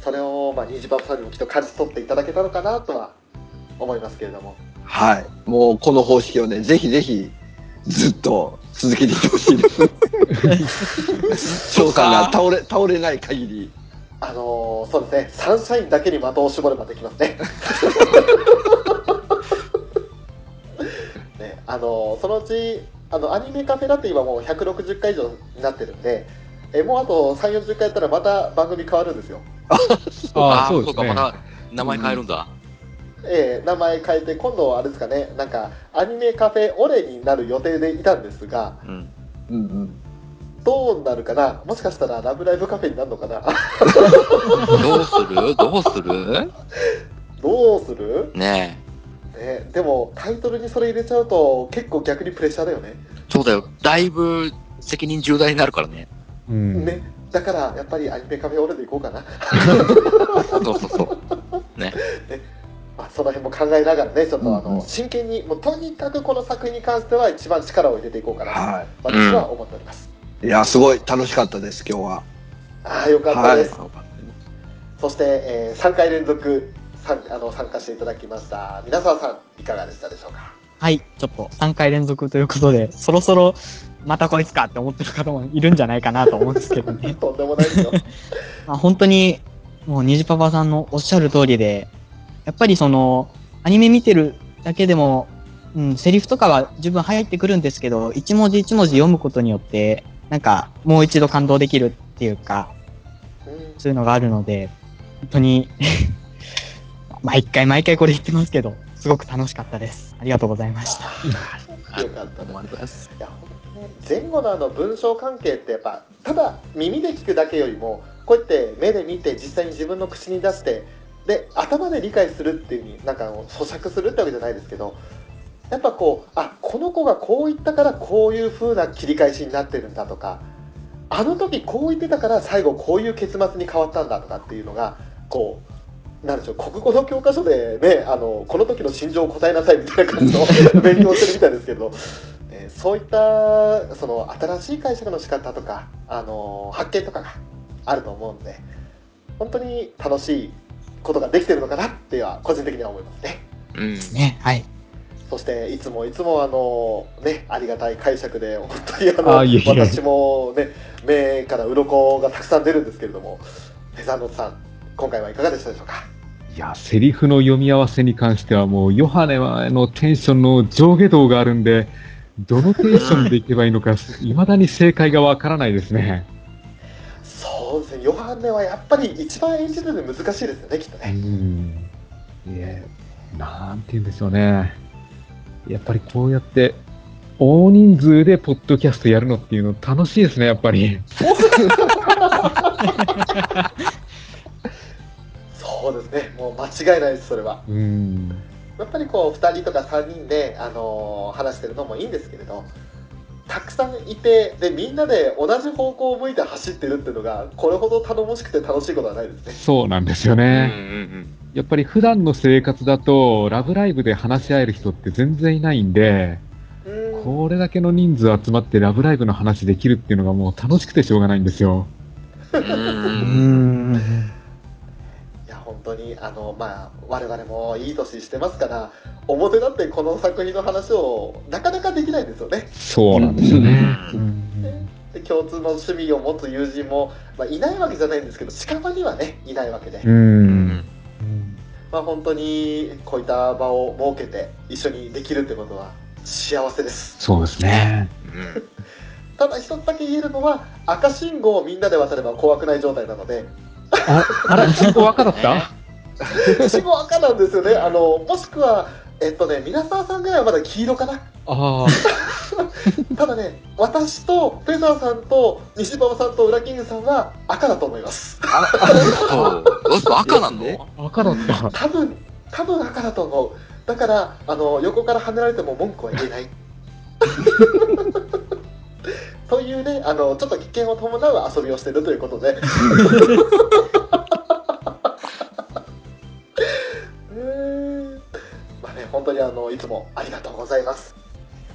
それをまあ虹パパさんにもきっと感じ取っていただけたのかなとは思いますけれども
うん。はい。もうこの方式をね、ぜひぜひ、ずっと続けていってほし いです。翔さんが倒れ、倒れない限り。
あのーそうですねサンシャインだけに的を絞ればできますね ねあのーそのうちあのアニメカフェだって今もう160回以上になってるんでえもうあと3 4 0回やったらまた番組変わるんですよ
ああ、そう
そう
です
か、
ね
ま。た名前変えるんだ。
えー名前変えて今度はあれですかねなんかアニメカフェオレになる予定でいたんですが
うん。
うんうん。
どうなるかなもしかしたら「ラブライブカフェ」になるのかな
どうするどうする
どうする、
ね
ね、でもタイトルにそれ入れちゃうと結構逆にプレッシャーだよね
え。そうだよ。だいぶ責任重大になるからね。
うん。
ね、だからやっぱりアニメカフェオレで行こうかな、
そうそうそう。
まあ、その辺も考えながらねちょっとあの、
うんうん
真剣にもうとにかくこの作品に関しては一番力を入れていこうかなと
は
私は思っております、
い。いや、すごい楽しかったです、今日は。
ああよかったです、
は
そして、えー、3回連続参あの参加していただきました皆沢さんいかがでしたでしょうか
はい、ちょっと3回連続ということで、そろそろまたこいつかって思ってる方もいるんじゃないかなと思うんですけどね。
とんでもないです よ
まあ、本当に、もう、にじパパさんのおっしゃる通りで、やっぱりその、アニメ見てるだけでも、うん、セリフとかは十分入ってくるんですけど、一文字一文字読むことによって、なんか、もう一度感動できるっていうか、
うん
そういうのがあるので、本当に、毎回毎回これ言ってますけど、すごく楽しかったです。ありがとうございました。
よかった
どうもありがとうございます。
いや本当ね前後のあの文章関係ってやっぱただ耳で聞くだけよりもこうやって目で見て実際に自分の口に出してで頭で理解するっていう風になんかあの咀嚼するってわけじゃないですけどやっぱこうあこの子がこう言ったからこういう風な切り返しになってるんだとかあの時こう言ってたから最後こういう結末に変わったんだとかっていうのがこう。なんでしょう国語の教科書で、ね、あのこの時の心情を答えなさいみたいな感じの勉強をしてるみたいですけどえーそういったその新しい解釈の仕方とか、あのー発見とかがあると思うんで本当に楽しいことができてるのかなっては個人的には思いますね
うん。
ね、はい。
そしていつもいつもあのーねありがたい解釈で本当にあの
あいえいえ
私もね目から鱗がたくさん出るんですけれどもフェザーノートさん今回はいかがでしたでしょうか
いや、セリフの読み合わせに関してはもう、ヨハネはあのテンションの上下動があるんで、どのテンションでいけばいいのか、 未だに正解がわからないですね。
そうですねヨハネはやっぱり一番演じるので難しいですよねきっと
う
ね、
ん。いえ、なんて言うんでしょうね。やっぱりこうやって、大人数でポッドキャストやるのっていうの楽しいですね、やっぱり。
そうですねもう間違いないですそれは
うん。
やっぱりこう2人とか3人で、あのー話してるのもいいんですけれどたくさんいてでみんなで同じ方向を向いて走ってるっていうのがこれほど頼もしくて楽しいことはないですね
そうなんですよ
うんう
ね。
ん
やっぱり普段の生活だと、ラブライブで話し合える人って全然いないんで、
うん
これだけの人数集まってラブライブの話できるっていうのがもう楽しくてしょうがないんですよ。
うん。う
うんん。
いや本当にあのまあ我々もいい年してますから表だってこの作品の話をなかなかできないんですよね
そうなんですよ
う
ね。
ん。
うん
で共通の趣味を持つ友人も、まあ、いないわけじゃないんですけど近場にはねいないわけで
う。
うんん
まあ本当にこういった場を設けて一緒にできるってことは幸せです
そうですね。
ただ一つだけ言えるのは赤信号をみんなで渡れば怖くない状態なので
あ、あら、信号赤だった
ね
信号赤なんですよねあのもしくはえっとね皆沢さんぐらいはまだ黄色かな
ああ、
ただね私とフェザーさんと西馬場さんと裏キングさんは赤だと思います
そううわ赤なの
赤だった。
多分多分赤だと思うだからあの横から跳ねられても文句は言えないというねあのちょっと危険を伴う遊びをしてるということでうーんまあね本当にあのいつもありがとうございます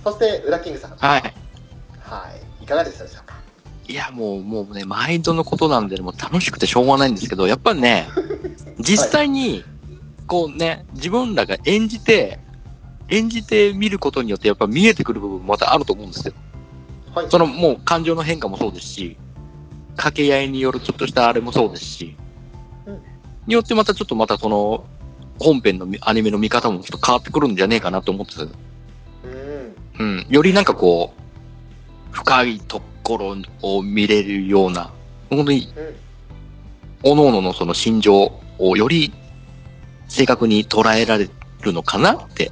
そして裏キングさん
はい。
はいいかがでしたでしょうか
いや、もう、もうね、毎度のことなんで、もう楽しくてしょうがないんですけど、やっぱ ね、実際に、こうね、自分らが演じて、演じて見ることによって、やっぱ見えてくる部分もまたあると思うんですよ。
はい
そのもう感情の変化もそうですし、掛け合いによるちょっとしたあれもそうですし
うん、
によってまたちょっとまたその、本編のみアニメの見方もちょっと変わってくるんじゃねえかなと思ってた
うん
うん、よりなんかこう、深いところを見れるような、本当に
うん、
各々のその心情をより正確に捉えられるのかなって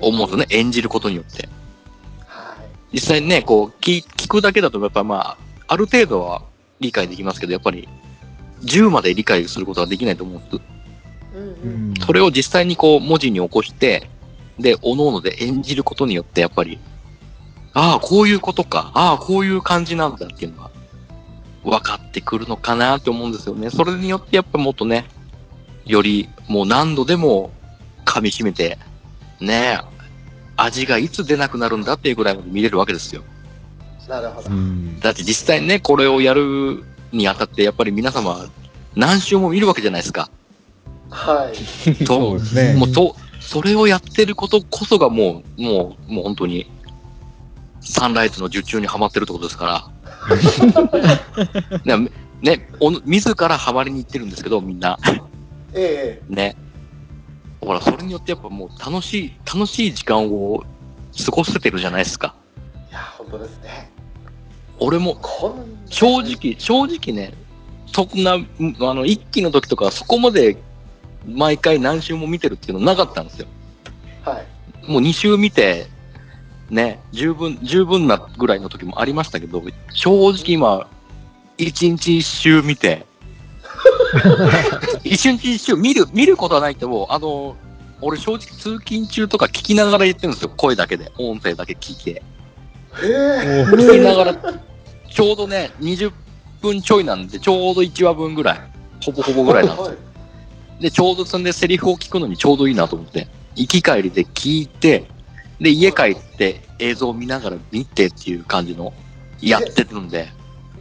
思うんですよね、演じることによって。
はい
実際にね、こう、聞聞くだけだとやっぱまあ、ある程度は理解できますけど、やっぱり10まで理解することはできないと思うんです。
うんうん
うん
それを実際にこう文字に起こして、で、おのおので演じることによってやっぱり、ああ、こういうことか、ああ、こういう感じなんだっていうのが分かってくるのかなって思うんですよね。それによってやっぱもっとね、よりもう何度でも噛み締めて、ねえ、味がいつ出なくなるんだっていうぐらいまで見れるわけですよ。
なるほど
うん
だって実際にね、これをやるにあたってやっぱり皆様何周も見るわけじゃないですか。
はい
そうですね。
もうと、それをやってることこそがもう、もう、もう本当に、サンライズの受注にはまってるってことですから。ね、ねおの自らハマりに行ってるんですけど、みんな。
え
ね。ほら、それによってやっぱもう楽しい、楽しい時間を過ごせてるじゃないですか。
えいや本当ですね
俺も、
こん
正直、正直ね、そんな、うんあの、一期の時とかはそこまで毎回何週も見てるっていうのなかったんですよ。
はい。
もう2週見て、ね、十分、十分なぐらいの時もありましたけど、正直今、一日一週見て、一日一週見る、見ることはないけど、あの、俺正直通勤中とか聞きながら言ってるんですよ。声だけで、音声だけ聞いて。
へえ。
お
聞きながら、ちょうどね、20分ちょいなんで、ちょうど1話分ぐらい、ほぼほぼぐらいなんですよ
はい。
で、ちょうどそんでセリフを聞くのにちょうどいいなと思って、行き帰りで聞いて、で、家帰って映像を見ながら見てっていう感じの、やってるんで、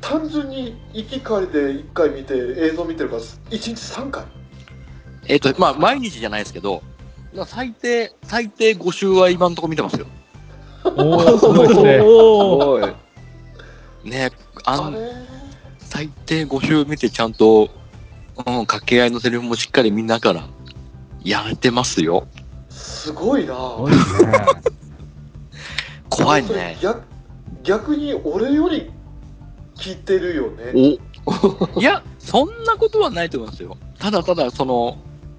単純に行き帰りで1回見て映像見てるから1日3回
えっ、と、まあ、毎日じゃないですけど、まあ最低、最低5週は今のところ見てますよ。
おーすごいですね。
おお
おい。
ね、あ
あ
ん
れ
最低5週見てちゃんと、うん、掛け合いのセリフもしっかり見ながら、やれてますよ。
すごいな
すごいですね。
怖いね
それ。逆逆に俺より聞いてるよね
お
いや、そんなことはないと思いますよ。ただただ、その、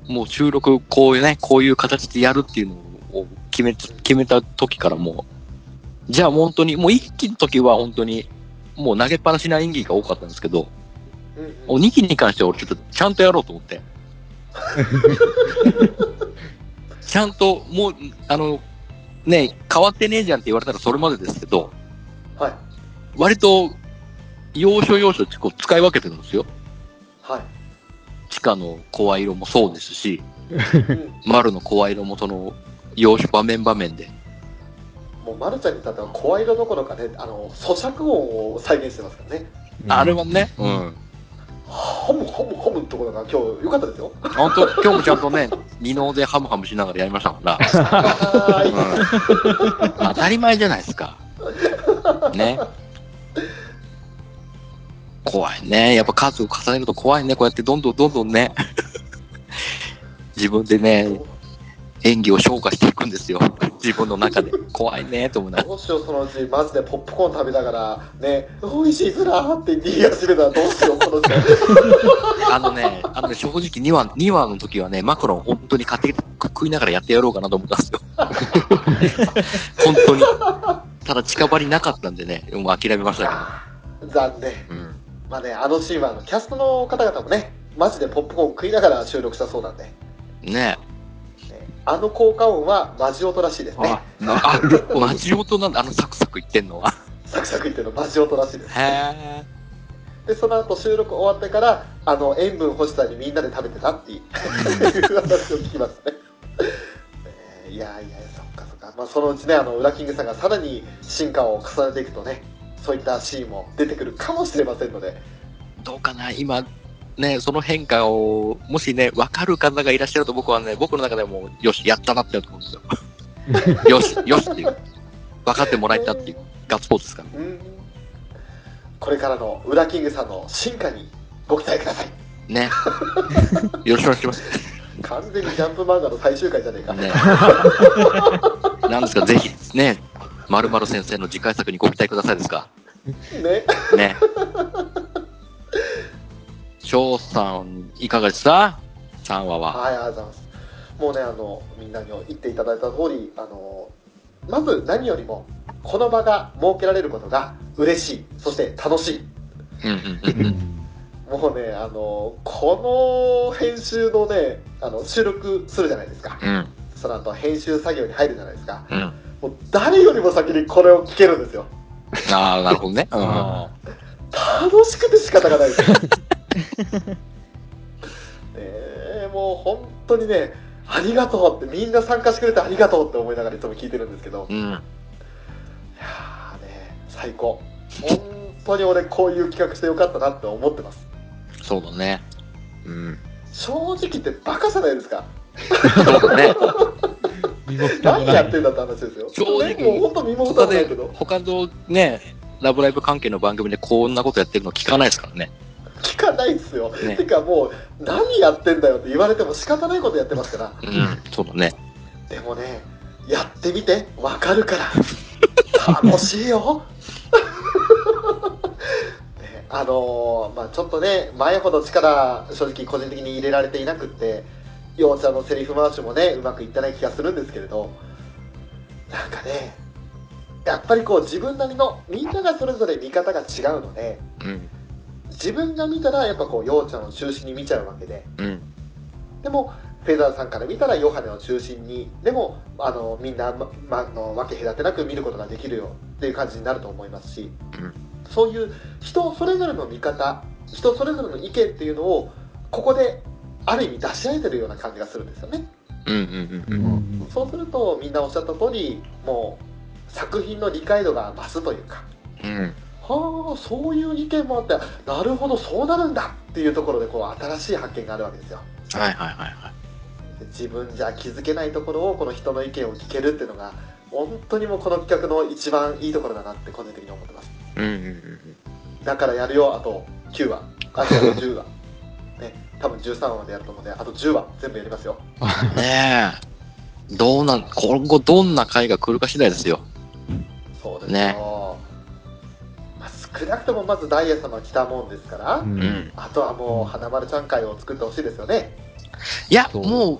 もう収録、こういうね、こういう形でやるっていうのを決め、決めた時からもう、じゃあ本当に、もう一期の時は本当に、もう投げっぱなしな演技が多かったんですけど、
うん
お
うん
二期に関しては俺ちょっとちゃんとやろうと思って。 ちゃんと、もう、あの、ね、変わってねえじゃんって言われたらそれまでですけど、
はい
割と、要所要所こう使い分けてるんですよ。
はい
地下の声色もそうですし、
うん
丸の声色もその、要所場面場面で。
もうまるちゃんに至っては声色どころかねあの咀嚼音を再現してますからね
あれはね、うん。
ほむほむほむところが今日良かったで すよ
本当今日もちゃんとね、二の腕ハムハムしながらやりましたから、
あーいいね
うん当たり前じゃないですか。ね。怖いね。やっぱ数を重ねると怖いね。こうやってどんどんどんどんね、自分でね、演技を消化していくんですよ。自分の中で。怖いね、と思いながら
どうしようそのうちマジでポップコーン食べながらね美味しいずらーって言い始めたらどうしようこの人
あのね、あのね正直2話、2話の時はね、マクロン本当に買ってきて食いながらやってやろうかなと思ったんです よ。本当に。ただ近場になかったんでね、もう諦めました
残念
けど。うん。
まあね、あのシーンはあのキャストの方々もね、マジでポップコーン食いながら収録したそうなんで、ね
ね
あの効果音はマジ音らしいですね
あ。、あ、マジ音なんだ、あのサクサク言ってんのは。
サクサク言ってるのマジ音らしいです。
へ
で、その後収録終わってから、あの、塩分欲しさにみんなで食べてたっていう いう話を聞きましたね。えーいやいや、そっかそっか。まあ、そのうちね、あの、ウラキングさんがさらに進化を重ねていくとね、そういったシーンも出てくるかもしれませんので、
どうかな、今、ね、その変化を、もしね、わかる方がいらっしゃると僕はね、僕の中でも、よし、やったなって思うん ですよ。よし、よしっていう。分かってもらえたっていう、ガッツポーズですから。
うんこれからのウラキングさんの進化にご期待ください。
ね。よろしくお願いします。
完全にジャンプ漫画の最終回じゃねえか。
ね、なんですか、ぜひ、ね、まるまる先生の次回作にご期待くださいですか。
ね。
ね。翔さん、いかがでした ?3 話は。
はい、ありがとうございます。もうね、あの、みんなに言っていただいた通り、あの、まず何よりも、この場が設けられることが嬉しい、そして楽しい。
うんうんうんうん。
もうね、あの、この編集のね、あの、収録するじゃないですか。
うん
その後、編集作業に入るじゃないですか。
うん。
もう誰よりも先にこれを聞けるんですよ。
ああ、なるほどね。うん。
あ
楽しくて仕方 がないですねえもう本当にねありがとうってみんな参加してくれてありがとうって思いながらいつも聞いてるんですけどい
うん。
やーね最高本当に俺こういう企画してよかったなって思ってます
そうだね。うん。
正直言ってバカじゃないですか
そうだね。
身も蓋も
何
な
や
い
ってんだって話ですよ
正直
ねもう本当身も蓋
他
もない
で
けど、
他のね、ラブライブ関係の番組でこんなことやってるの聞かないですからね。
聞かないですよ、
ね
てかもう何やってんだよって言われても仕方ないことやってますから
うん。そうだね。
でもねやってみてわかるから楽しいよ ねあのーまあちょっとね前ほど力正直個人的に入れられていなくってヨウちゃんのセリフ回しもねうまくいってない気がするんですけれどなんかねやっぱりこう自分なりのみんながそれぞれ見方が違うので
うん。
自分が見たらやっぱこうヨウちゃんを中心に見ちゃうわけで
うん。
でもフェザーさんから見たらヨハネを中心にでもあのみんな、ままあの分け隔てなく見ることができるよっていう感じになると思いますし、
うん
そういう人それぞれの見方人それぞれの意見っていうのをここである意味出し合えてるような感じがするんですよね。
うん。うん。う。
うんん
そうするとみんなおっしゃった通りもう作品の理解度が増すというか。
うん。
はあそういう意見もあってなるほどそうなるんだっていうところでこう新しい発見があるわけですよ。
はいはいはいはい。
自分じゃ気づけないところをこの人の意見を聞けるっていうのが本当にもうこの企画の一番いいところだなって個人的に思ってます
うんうんうん
だからやるよあと9話あと10話ね多分13話までやると思うんであと10話全部やりますよ
うん。ねえ。どうなん、今後どんな回が来るか次第ですよ。
そうですよ、
ね
まあ、少なくともまずダイヤ様来たもんですから、
うん
うん。
あとはもう花丸ちゃん会を作ってほしいですよね
いや、
そう
もう、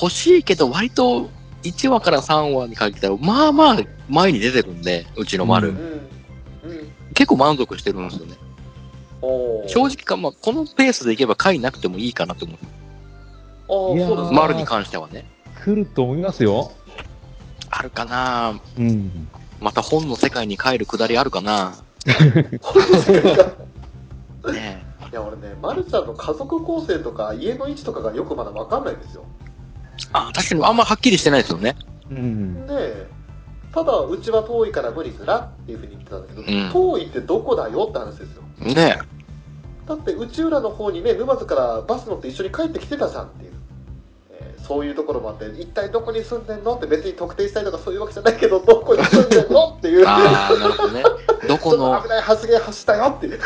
欲しいけど、割と1話から3話にかけては、まあまあ前に出てるんで、うちの丸。
う
うんうん
結構満足してるんですよね。
おー
正直か、まあ、このペースでいけば回なくてもいいかなって思う。
おー
いやー
そうです
丸に関してはね。
来ると思いますよ。
あるかな
うん。
また本の世界に帰るくだりあるかなねえ
いや俺ね、ま、るちゃんの家族構成とか家の位置とかがよくまだ分かんないんですよ。
あ、確かにあんまはっきりしてないですよね。
うん。
でただうちは遠いから無理すらっていうふうに言ってたんだけど、
ん
遠いってどこだよって話ですよ
ね
だって内浦の方にね沼津からバス乗って一緒に帰ってきてたじゃんっていう、えーそういうところもあって一体どこに住んでんのって別に特定したいとかそういうわけじゃないけどどこに住んでんのってい
え。
うちょ
ああ、なるほどね。どこ
っと
の
危、ない発言発したよっていう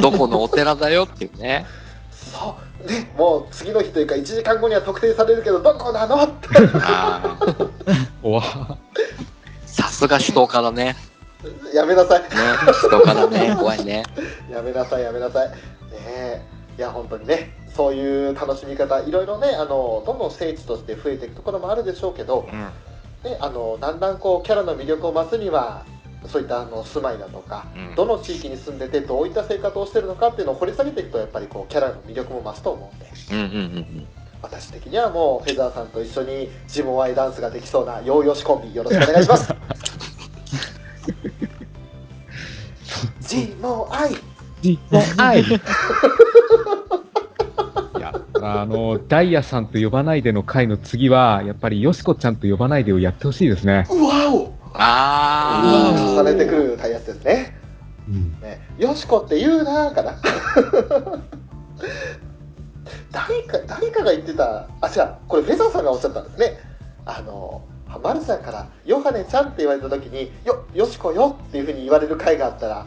どこのお寺だよっていうね。
そうねもう次の日というか1時間後には特定されるけどどこなのって
ああ、
おわ。
さすが首都家だね。
やめなさい
ね首都家だね。怖いね。
やめなさいやめなさいねえいや本当にねそういう楽しみ方いろいろねあのどんどん聖地として増えていくところもあるでしょうけど、
うん。
ね、あのだんだんこうキャラの魅力を増すにはそういったあの住まいだとか、
うん
どの地域に住んでてどういった生活をしてるのかっていうのを掘り下げていくとやっぱりこうキャラの魅力も増すと思うんで
うんうんうん
私的にはもうフェザーさんと一緒にジモワイダンスができそうなヨーヨシコンビよろしくお願いしますジモワイ
実 はい。や、あの、ダイヤさんと呼ばないでの回の次は、やっぱりよしこちゃんと呼ばないでをやってほしいですね。
うわお
うん。あ
重ねてくるタイヤですね
うん。
ねよしこって言うなーかな誰か誰かが言ってたあ違うこれフェザーさんがおっしゃったんですねあのマルさんから「ヨハネちゃん」って言われた時に「よよしこよ」っていうふうに言われる回があったら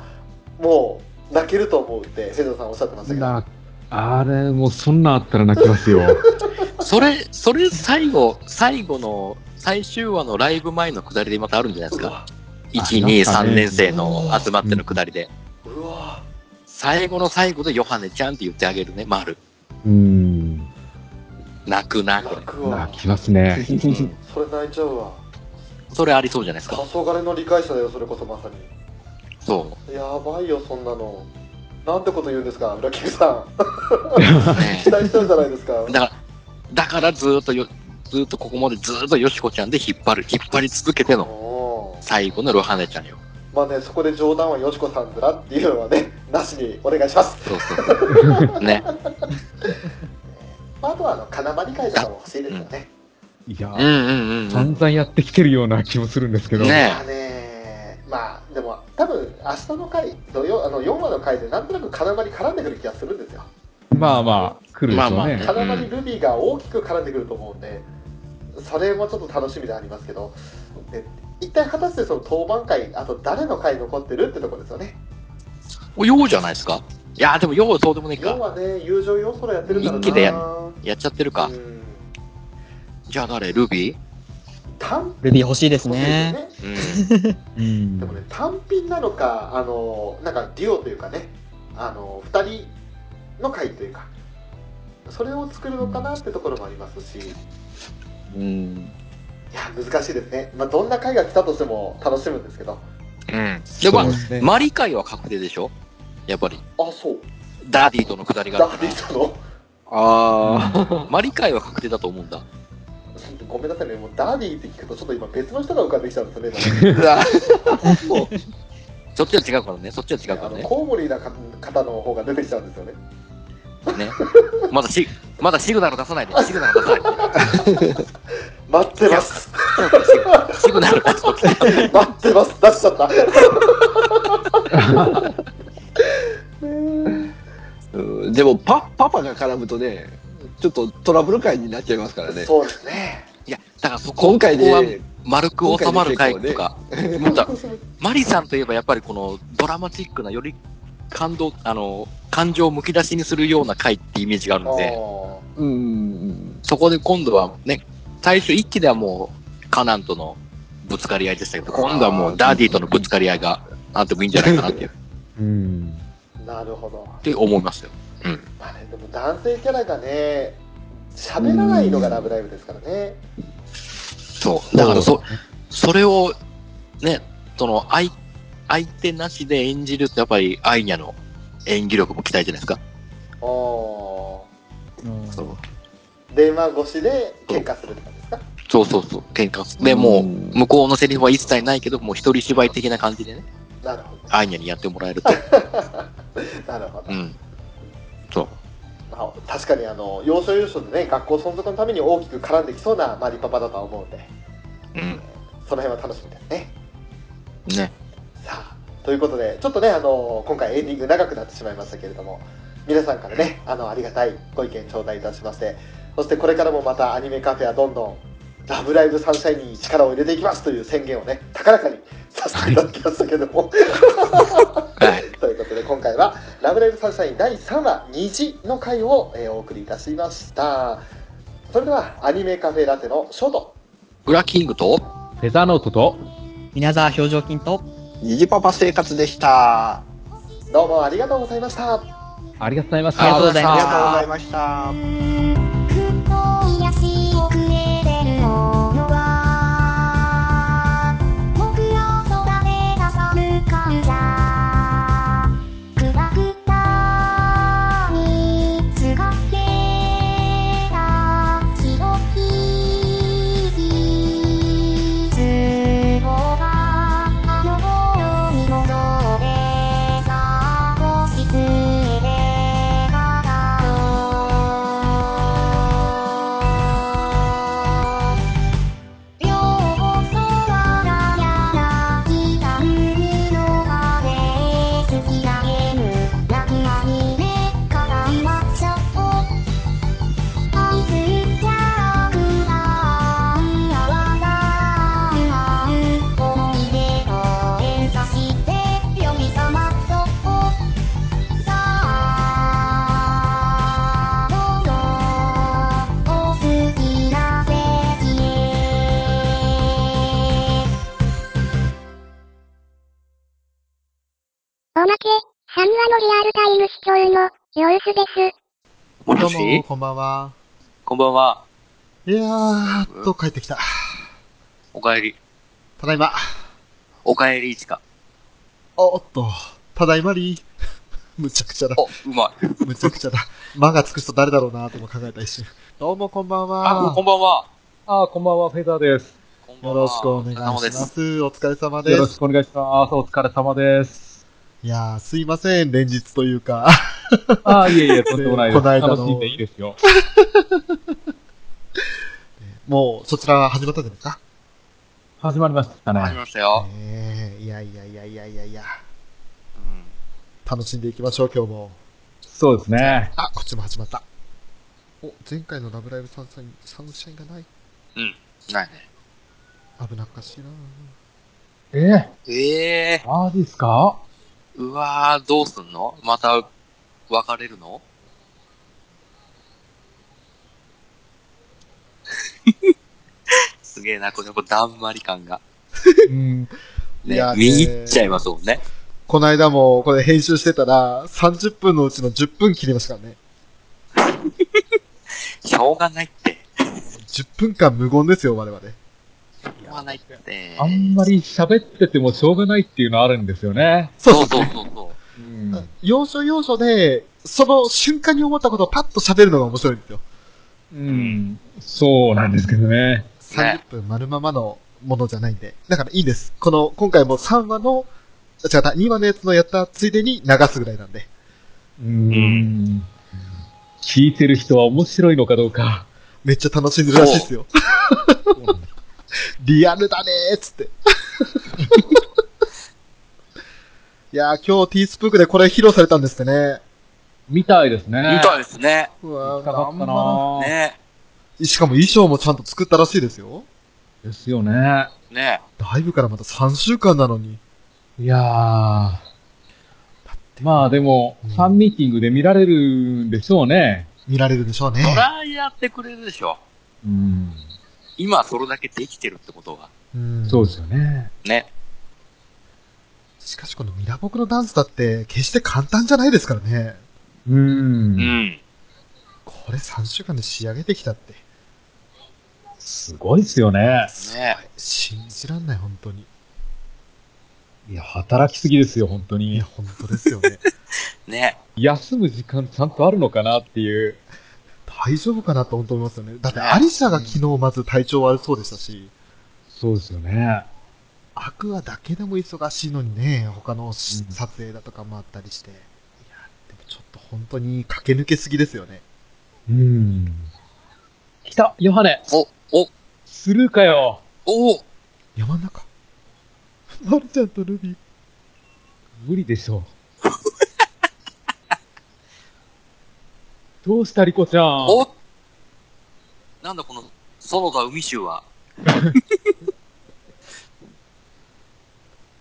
もう泣けると思うってフェザーさんおっしゃってましたけど
な、あれ、もうそんなんあったら泣きますよ。
あ。それ、それ最後、最後の、最終話のライブ前のくだりでまたあるんじゃないですか。1、2、
あ
3
なんかね
年生の集まってのくだりで。
うわ
最後の最後でヨハネちゃんって言ってあげるね、丸。
うん。
泣くな、こ
泣
れ。
くわ
泣きますね。
うん
それ泣いちゃうわ
それありそうじゃないです
黄
か。
昏の理解者だよそれこそまさに
そ
やばいよそんなのなんてこと言うんですか裏切りさん
う。ね
期待しちゃうじゃないですか
だから、だからずーっとよ、ずーっとここまでずーっとよしこちゃんで引っ張る、引っ張り続けての
おー
最後のロハネちゃんよ。
まあねそこで冗談はよしこさんからっていうのはねなしにお願いします、
そうそうそう。ね。
まあ、あとはあの金まり会とかも欲しいですよね、
いや
う、んうんうんう
散
ん。
々やってきてるような気もするんですけど。
うんね
まあねまあでも多分明日の回土曜あの4話の回でなんとなく金まり絡んでくる気がするんですよ
まあまあ、来るでしょう
まあまあ
ね
ね。
金まりルビーが大きく絡んでくると思うんでそれもちょっと楽しみでありますけどで一体果たしてその当番回あと誰の回残ってるってとこですよね
お、ようじゃないですかいやーでもようそうでもねえ
4
か。
はね友情要素らやってるからな
一気でや
る
やっちゃってるか。じゃあ誰ルビー
単
ルビー欲しいです
品ですよ
ね。
ね
うん。
うん
でもね単品なのかあのなんかデュオというかねあの2人の回というかそれを作るのかなってところもありますしい
うん。
や難しいですね、まあ、どんな回が来たとしても楽しむんですけど
うん。で、まあ
そうですね、
マリ会は確定でしょやっぱり。
あそう
ダーディーとのくだりが
ダ
ある
ー
から。
ビーとの
あ あ。
マリ会は確定だと思うんだ。
ごめんなさいねもうダービーって聞くとちょっと今別の人が浮かんできちゃうんですよね
そっちは違うからね。そっちは違うか
あ
ら
の
ね。
コウモリな方の方が出てきちゃうんですよね
ね。まだシ、まだシグナル出さないで。シグナル出さないで。
待ってます
シグナル出すとき。
待ってます出しちゃったねえ
うんでもパパパが絡むとねちょっとトラブル会になっちゃいますからね
そうですね
いや、だからそこ、
今回
ここは
で
丸く収まる回とか。もうだ
は
マリさんといえばやっぱりこのドラマチックなより感動、あの、感情をむき出しにするような回ってイメージがあるので、
うん
そこで今度はね、最初一期ではもうカナンとのぶつかり合いでしたけど、今度はもうダーディーとのぶつかり合いがあってもいいんじゃないかなっていう
うん。
なるほど
って思いますよ。
まあね、でも男性キャラがね喋らないのが「ラブライブ!」ですからね
そう。だからそ、それをね、その相、相手なしで演じるとやっぱりアイニャの演技力も期待じゃないですか。
あー
うん
そう
電話越しで喧嘩するって感じですか
そうそうそう、喧嘩。で、もう、向こうのセリフは一切ないけど、もう一人芝居的な感じでね、
なるほど
アイニャにやってもら えると。
なるほど、
うん。そう。
まあ、確かにあの要所要所でね学校存続のために大きく絡んできそうなマリパパだとは思うんで
うん。
その辺は楽しみですね
ね。
さあということでちょっとねあの今回エンディング長くなってしまいましたけれども皆さんからねあのありがたいご意見頂戴いたしましてそしてこれからもまたアニメカフェはどんどん「ラブライブサンシャイン」に力を入れていきますという宣言をね高らかにさせていただきましたけども
はい。
ということで今回は「ラブライブサンシャイン」第3話「虹」の回を、えーお送りいたしましたそれではアニメカフェラテのショート
ブラキングと、
フェザーノートと、
稲沢表情筋と、
虹パパ生活でした
どうもありがとうございました
ありがとうございまし
ありがとうござい
あ
まし
りがとうご
た
ざい。ました
「くっと癒し遅れてるのは」「僕ら空で挟む感じゃ」「くらくたに使ってた白いつぼがあの頃に戻ってさ星つえで笑おう」両方はやらきた海のまで好きなゲームなくアニメから今ちょっと愛するキャラクターはない思い出と演奏して呼び覚まそうさあ「どうぞお好きな席へ」
おまけ、3話のリアルタイム視聴の、ロルスです。
も
どうも、こんばんは。
こんばんは。
いやー、やっと帰ってきた。
おかえり。
ただいま。
おかえり、いちか。
おっと、ただいまり。 むちゃくちゃだ。
お、うまい。
むちゃくちゃだ。間がつく人誰だろうなーとも考えた一 瞬。どうも、こんばんは。
こんばんは。
ああ、こんばんは、フェザーです。
こんばん
よ
は。
ろしくお願いし
お疲れ様
ます。お疲れ様で
です。
よろし
す。
くお願いします。お疲れ様です。
いやー、すいません、連日というか。
ああ、いえいえ、とんでもないです。
この間の
楽しんでいいですよ。
もう、そちら始まったんじゃないですか。
始まりました
あり
ね。
ましたよ。
ねえいやいやいやいやいやいや。
うん
楽しんでいきましょう、今日も。
そうですね。
あ、こっちも始まった。お、前回のラブライブサンシャイン、サンシャインがない。
ないね。
危なっかしいなー
ええ
ええ
マジですか
ー、うわー、どうすんのまた、別れるのすげえな、このこうだんまり感が。
うん。
い
ね
や、ーね
見入っちゃいますもんね。
この間もこれ編集してたら、30分のうちの10分切りましたからね。
しょうがないって。
10分間無言ですよ、我々。
しょうがないって。
あんまり喋っててもしょうがないっていうのあるんですよね。
そうそうそうそう。
うん。
要所要所で、その瞬間に思ったことをパッと喋るのが面白いんですよ。
うん。そうなんですけどね。
30分丸ままのものじゃないんで。だからいいんです。この、今回も3話の、違った、2話のやつのやったついでに流すぐらいなんで。
うん。聞いてる人は面白いのかどうか。
めっちゃ楽しんでるらしいですよ。 リアルだねーっつ って。いやー、今日ティースプークでこれ披露されたんですってね。
みたいですね。
みたいですね。
うわー
かかったな
頑張
ぁ
ね
るしかも衣装もちゃんと作ったらしいですよ。
ですよね。
ね
ライブからまた3週間なのに。
いやー。まあでも、ファンミーティングで見られるんでしょうね。
見られるでしょうね。
そらやってくれるでしょ。
うん。
今それだけできてるってことは。
うん
そうですよね。
ね。
しかしこのミラボクのダンスだって決して簡単じゃないですからね。
う
う。
んん。
これ3週間で仕上げてきたって。
すごいですよね。
ね
信じらんない、本当に。
いや、働きすぎですよ、本当
い
に
や、。本当ですよね。
ね
休む時間ちゃんとあるのかなっていう。
大丈夫かなと本当思いますよね。だって、アリシャが昨日まず体調悪そうでしたし、
そうですよね。
アクアだけでも忙しいのにね、他のし
うん
撮影だとかもあったりして。いや、でもちょっと本当に駆け抜けすぎですよね。
うん。来た、ヨハネ。
お、お、
スルーかよ。
おお
山の中。 マルちゃんとルビー。
無理でしょう。 どうした、リコちゃん。
おなんだこの、園田海州は。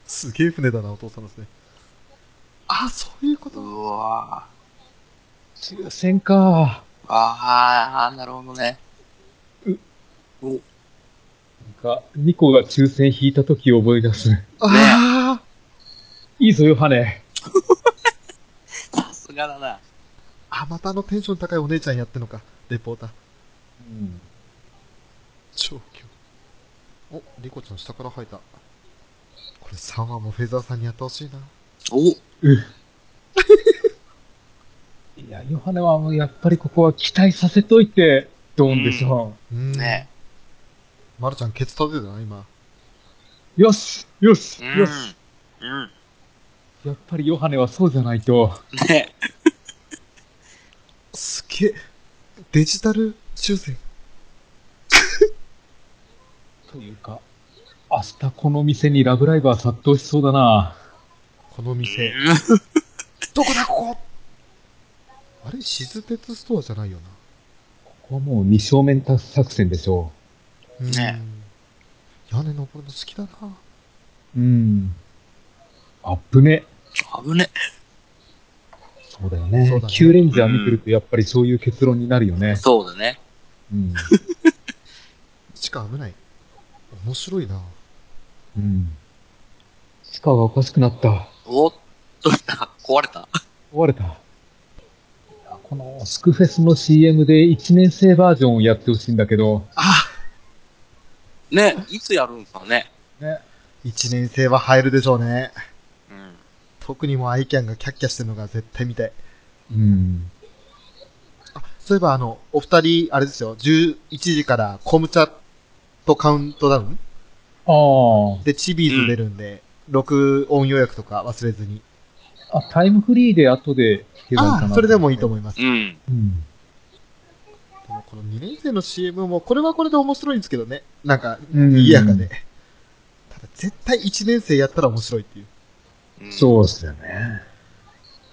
すげえ船だな、お父さんですね。あ、そういうこと。
うわぁ。
抽選か。
ああ、なるほどね。
なんか、ニコが抽選引いた時を思い出す。
ああ、
いいぞ、ヨハネ。
さすがだな。
あ、またあのテンション高いお姉ちゃんやってんのか、レポーター。
うん。
超強。お、リコちゃん下から吐いた。これ3話もフェザーさんにやってほしいな。
お
いや、ヨハネはもうやっぱりここは期待させといて、ドンでしょ。
うん。
ね
まるちゃんケツ立ててたな、今。
よしよし
うん
よし。
うん。
やっぱりヨハネはそうじゃないと。
ね
すげえ。デジタル抽選。
というか、明日この店にラブライバー殺到しそうだな。
この
う
店。
ん
どこだ、ここあれ静鉄ストアじゃないよ
ここはもう二正面作戦でしょ
な。うん
ね
屋根登るの好きだな。
う。うん。あっぶね。
危ね。
そうだよね。
そうだね
キューレンジャー見てるとやっぱりそういう結論になるよね。
そうだね。
うん。
地下危ない。面白いな。
うん。地下がおかしくなった。
おどうした 壊れた
壊れた。いやこのスクフェスの CM で1年生バージョンをやってほしいんだけど、
ねいつやるんすかね
ね。
一年生は入るでしょうね。
うん。
特にもうアイキャンがキャッキャしてるのが絶対見たい。
うん。
そういえば、あの、お二人、あれですよ、11時から、コムチャとカウントダウン
ああ。
で、チビーズ出るんで、録音予約とか忘れずに。
あ、タイムフリーで後で聞けばいいか
あ
な。
あ、それでもいいと思います。
うん。
うん。
でもこの2年生の CM も、これはこれで面白いんですけどね。なんか、
うん
賑やかで。ただ、絶対1年生やったら面白いっていう。
うん
そうですよね。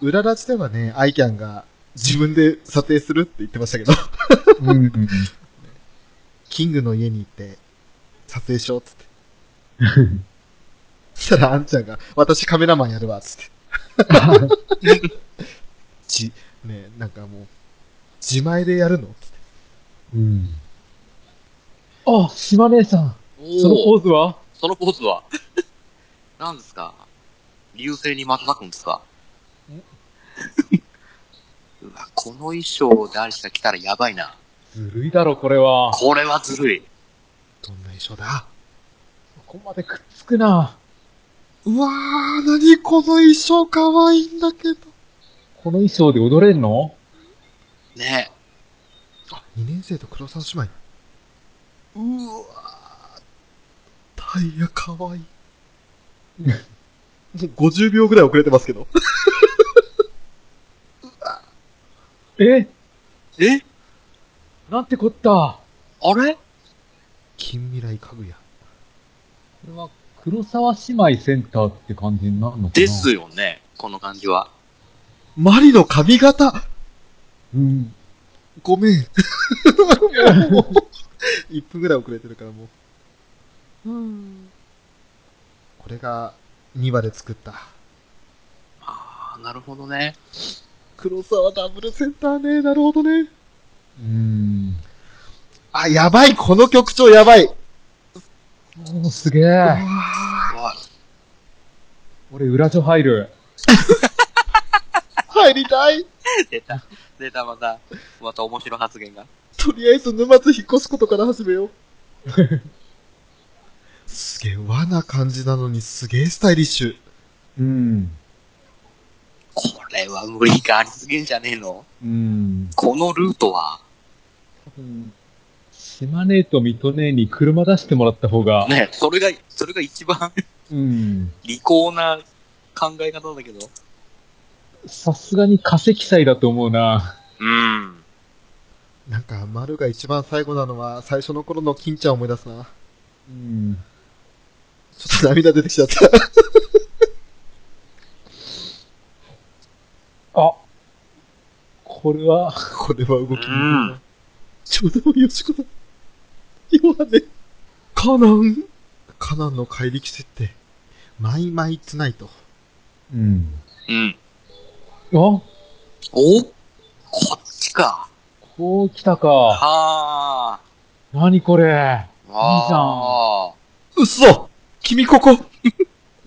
裏ラジではね、アイキャンが自分で査定するって言ってましたけど、
うん。
キングの家に行って、撮影しようっつって。 そしたら、あんちゃんが、私カメラマンやるわ、つって。じ、ねえなんかもう、自前でやるのつって
うん。あ、島姉さん。その
おお
ポーズは
そのポーズは 何ですか流星に瞬くんですか うわ、この衣装を誰しか着たらやばいな。
ずるいだろ、これは。
これはずるい。
どんな衣装だ
ここまでくっつくな。
うわー、なにこの衣装かわいいんだけど。
この衣装で踊れんの
ね
あ、2年生と黒沢姉妹。うわー、タイヤかわいい。50秒 ぐらい遅れてますけど。
え
え。え
なんてこった。こ
あれ
近未来家具屋。
れは黒沢姉妹センターって感じになるのかな
です。よね。この感じは。
マリの髪型
うん。
ごめん。1分ぐらい遅れてるからもう。これが2話で作った。
ああ、なるほどね。
黒沢ダブルセンターね。なるほどね。
うん。
あ、やばい。この曲調やばい。
おーすげえ。俺、裏所入る。
入りたい。
出た。出た、また。また面白い発言が。
とりあえず沼津引っ越すことから始めよう。すげえ和な感じなのにすげえスタイリッシュ。
うん。
これは無理がありすぎんじゃねえの
うん。
このルートは、
島根と水戸根に車出してもらった方が。
ね、それが、それが一番
うん。
利口な考え方だけど。
さすがに化石祭だと思うな。
うん。
なんか丸が一番最後なのは最初の頃の金ちゃんを思い出すな。
うん。
ちょっと涙出てきちゃった。
あ。これは、
これは動き
う。ん。
ちょうどよしこだ。今ね。カナンカナンの怪力設定。マイマイツナイト。
うん。
うん。
あ、
おこっちか。
こう来たか。
はあ。
なにこれ。
わあ
いいじゃ
嘘君こ こ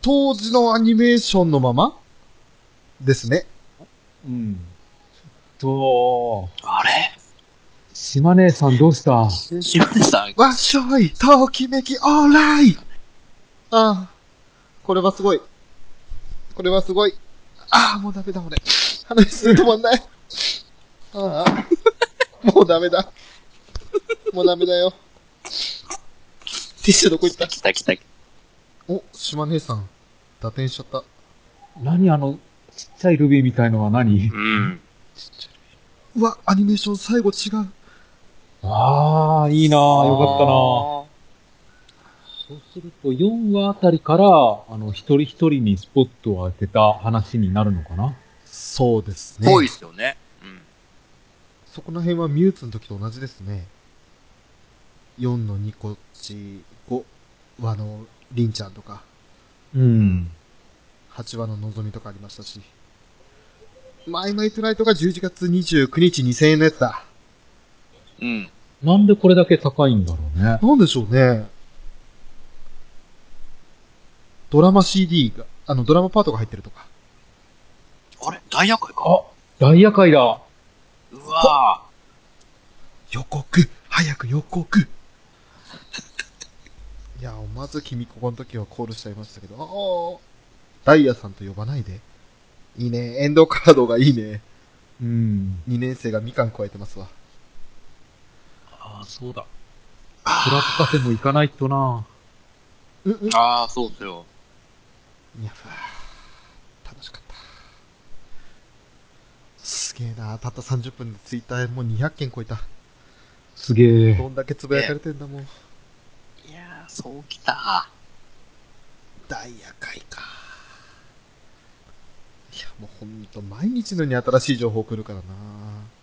当時のアニメーションのままですね。
うん。ちょっと、
あれ
島姉さんどうした
島根さん、
わっしょいときめきオーライああ、これはすごい。これはすごい。ああ、もうダメだ俺。話す止まんない。ああ、もうダメだ。もうダメだよ。ティッシュどこ行った
来た来た来
お、島姉さん、打点しちゃった。
何あの、ちっちゃいルビーみたいのは何
た。うん。
うわ、アニメーション最後違う。
ああ、いいなあよかったなあ
あ
そうすると、4話あたりから、あの、一人一人にスポットを当てた話になるのかな
そうです
ー。ぽいっすよね。うん。
そこの辺はミューツの時と同じですね。4の2こっち、5話のりんちゃんとか、
うん。
8話ののぞみとかありましたし。マイマイトゥナイトが11月29日2000円のやつだ。
うん。
なんでこれだけ高いんだろうね。
なんでしょうね。ドラマ CD が、あの、ドラマパートが入ってるとか。
あれ大夜会か
あ、ダイヤ界だ。
うわ
予告早く予告 いや、まず君ここの時はコールしちゃいましたけど、ああダイヤさんと呼ばないで。いいね、エンドカードがいいね。
うん。
2年生がみかん加えてますわ。
ああ、そうだ。クラブカフェも行かないとな
うんうん。
ー。ああ、そうっすよ。
いやふわ楽しかった。すげえな、たった30分でツイッターもう200件超えた。
すげえ。
どんだけつぶやかれてんだもん。
いやー、そうきた。
ダイヤ界か。いや、もうほんと毎日のように新しい情報来るからな。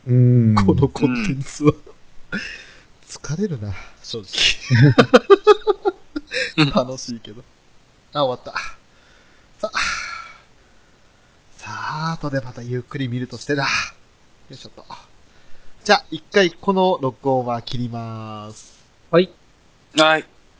うん
このコンテンツは、疲れるな、正直。 楽しいけど。あ、終わった。さあ、さあ、後でまたゆっくり見るとしてだ。よいしょっと。じゃあ、一回この録音は切ります。
はい。
はい。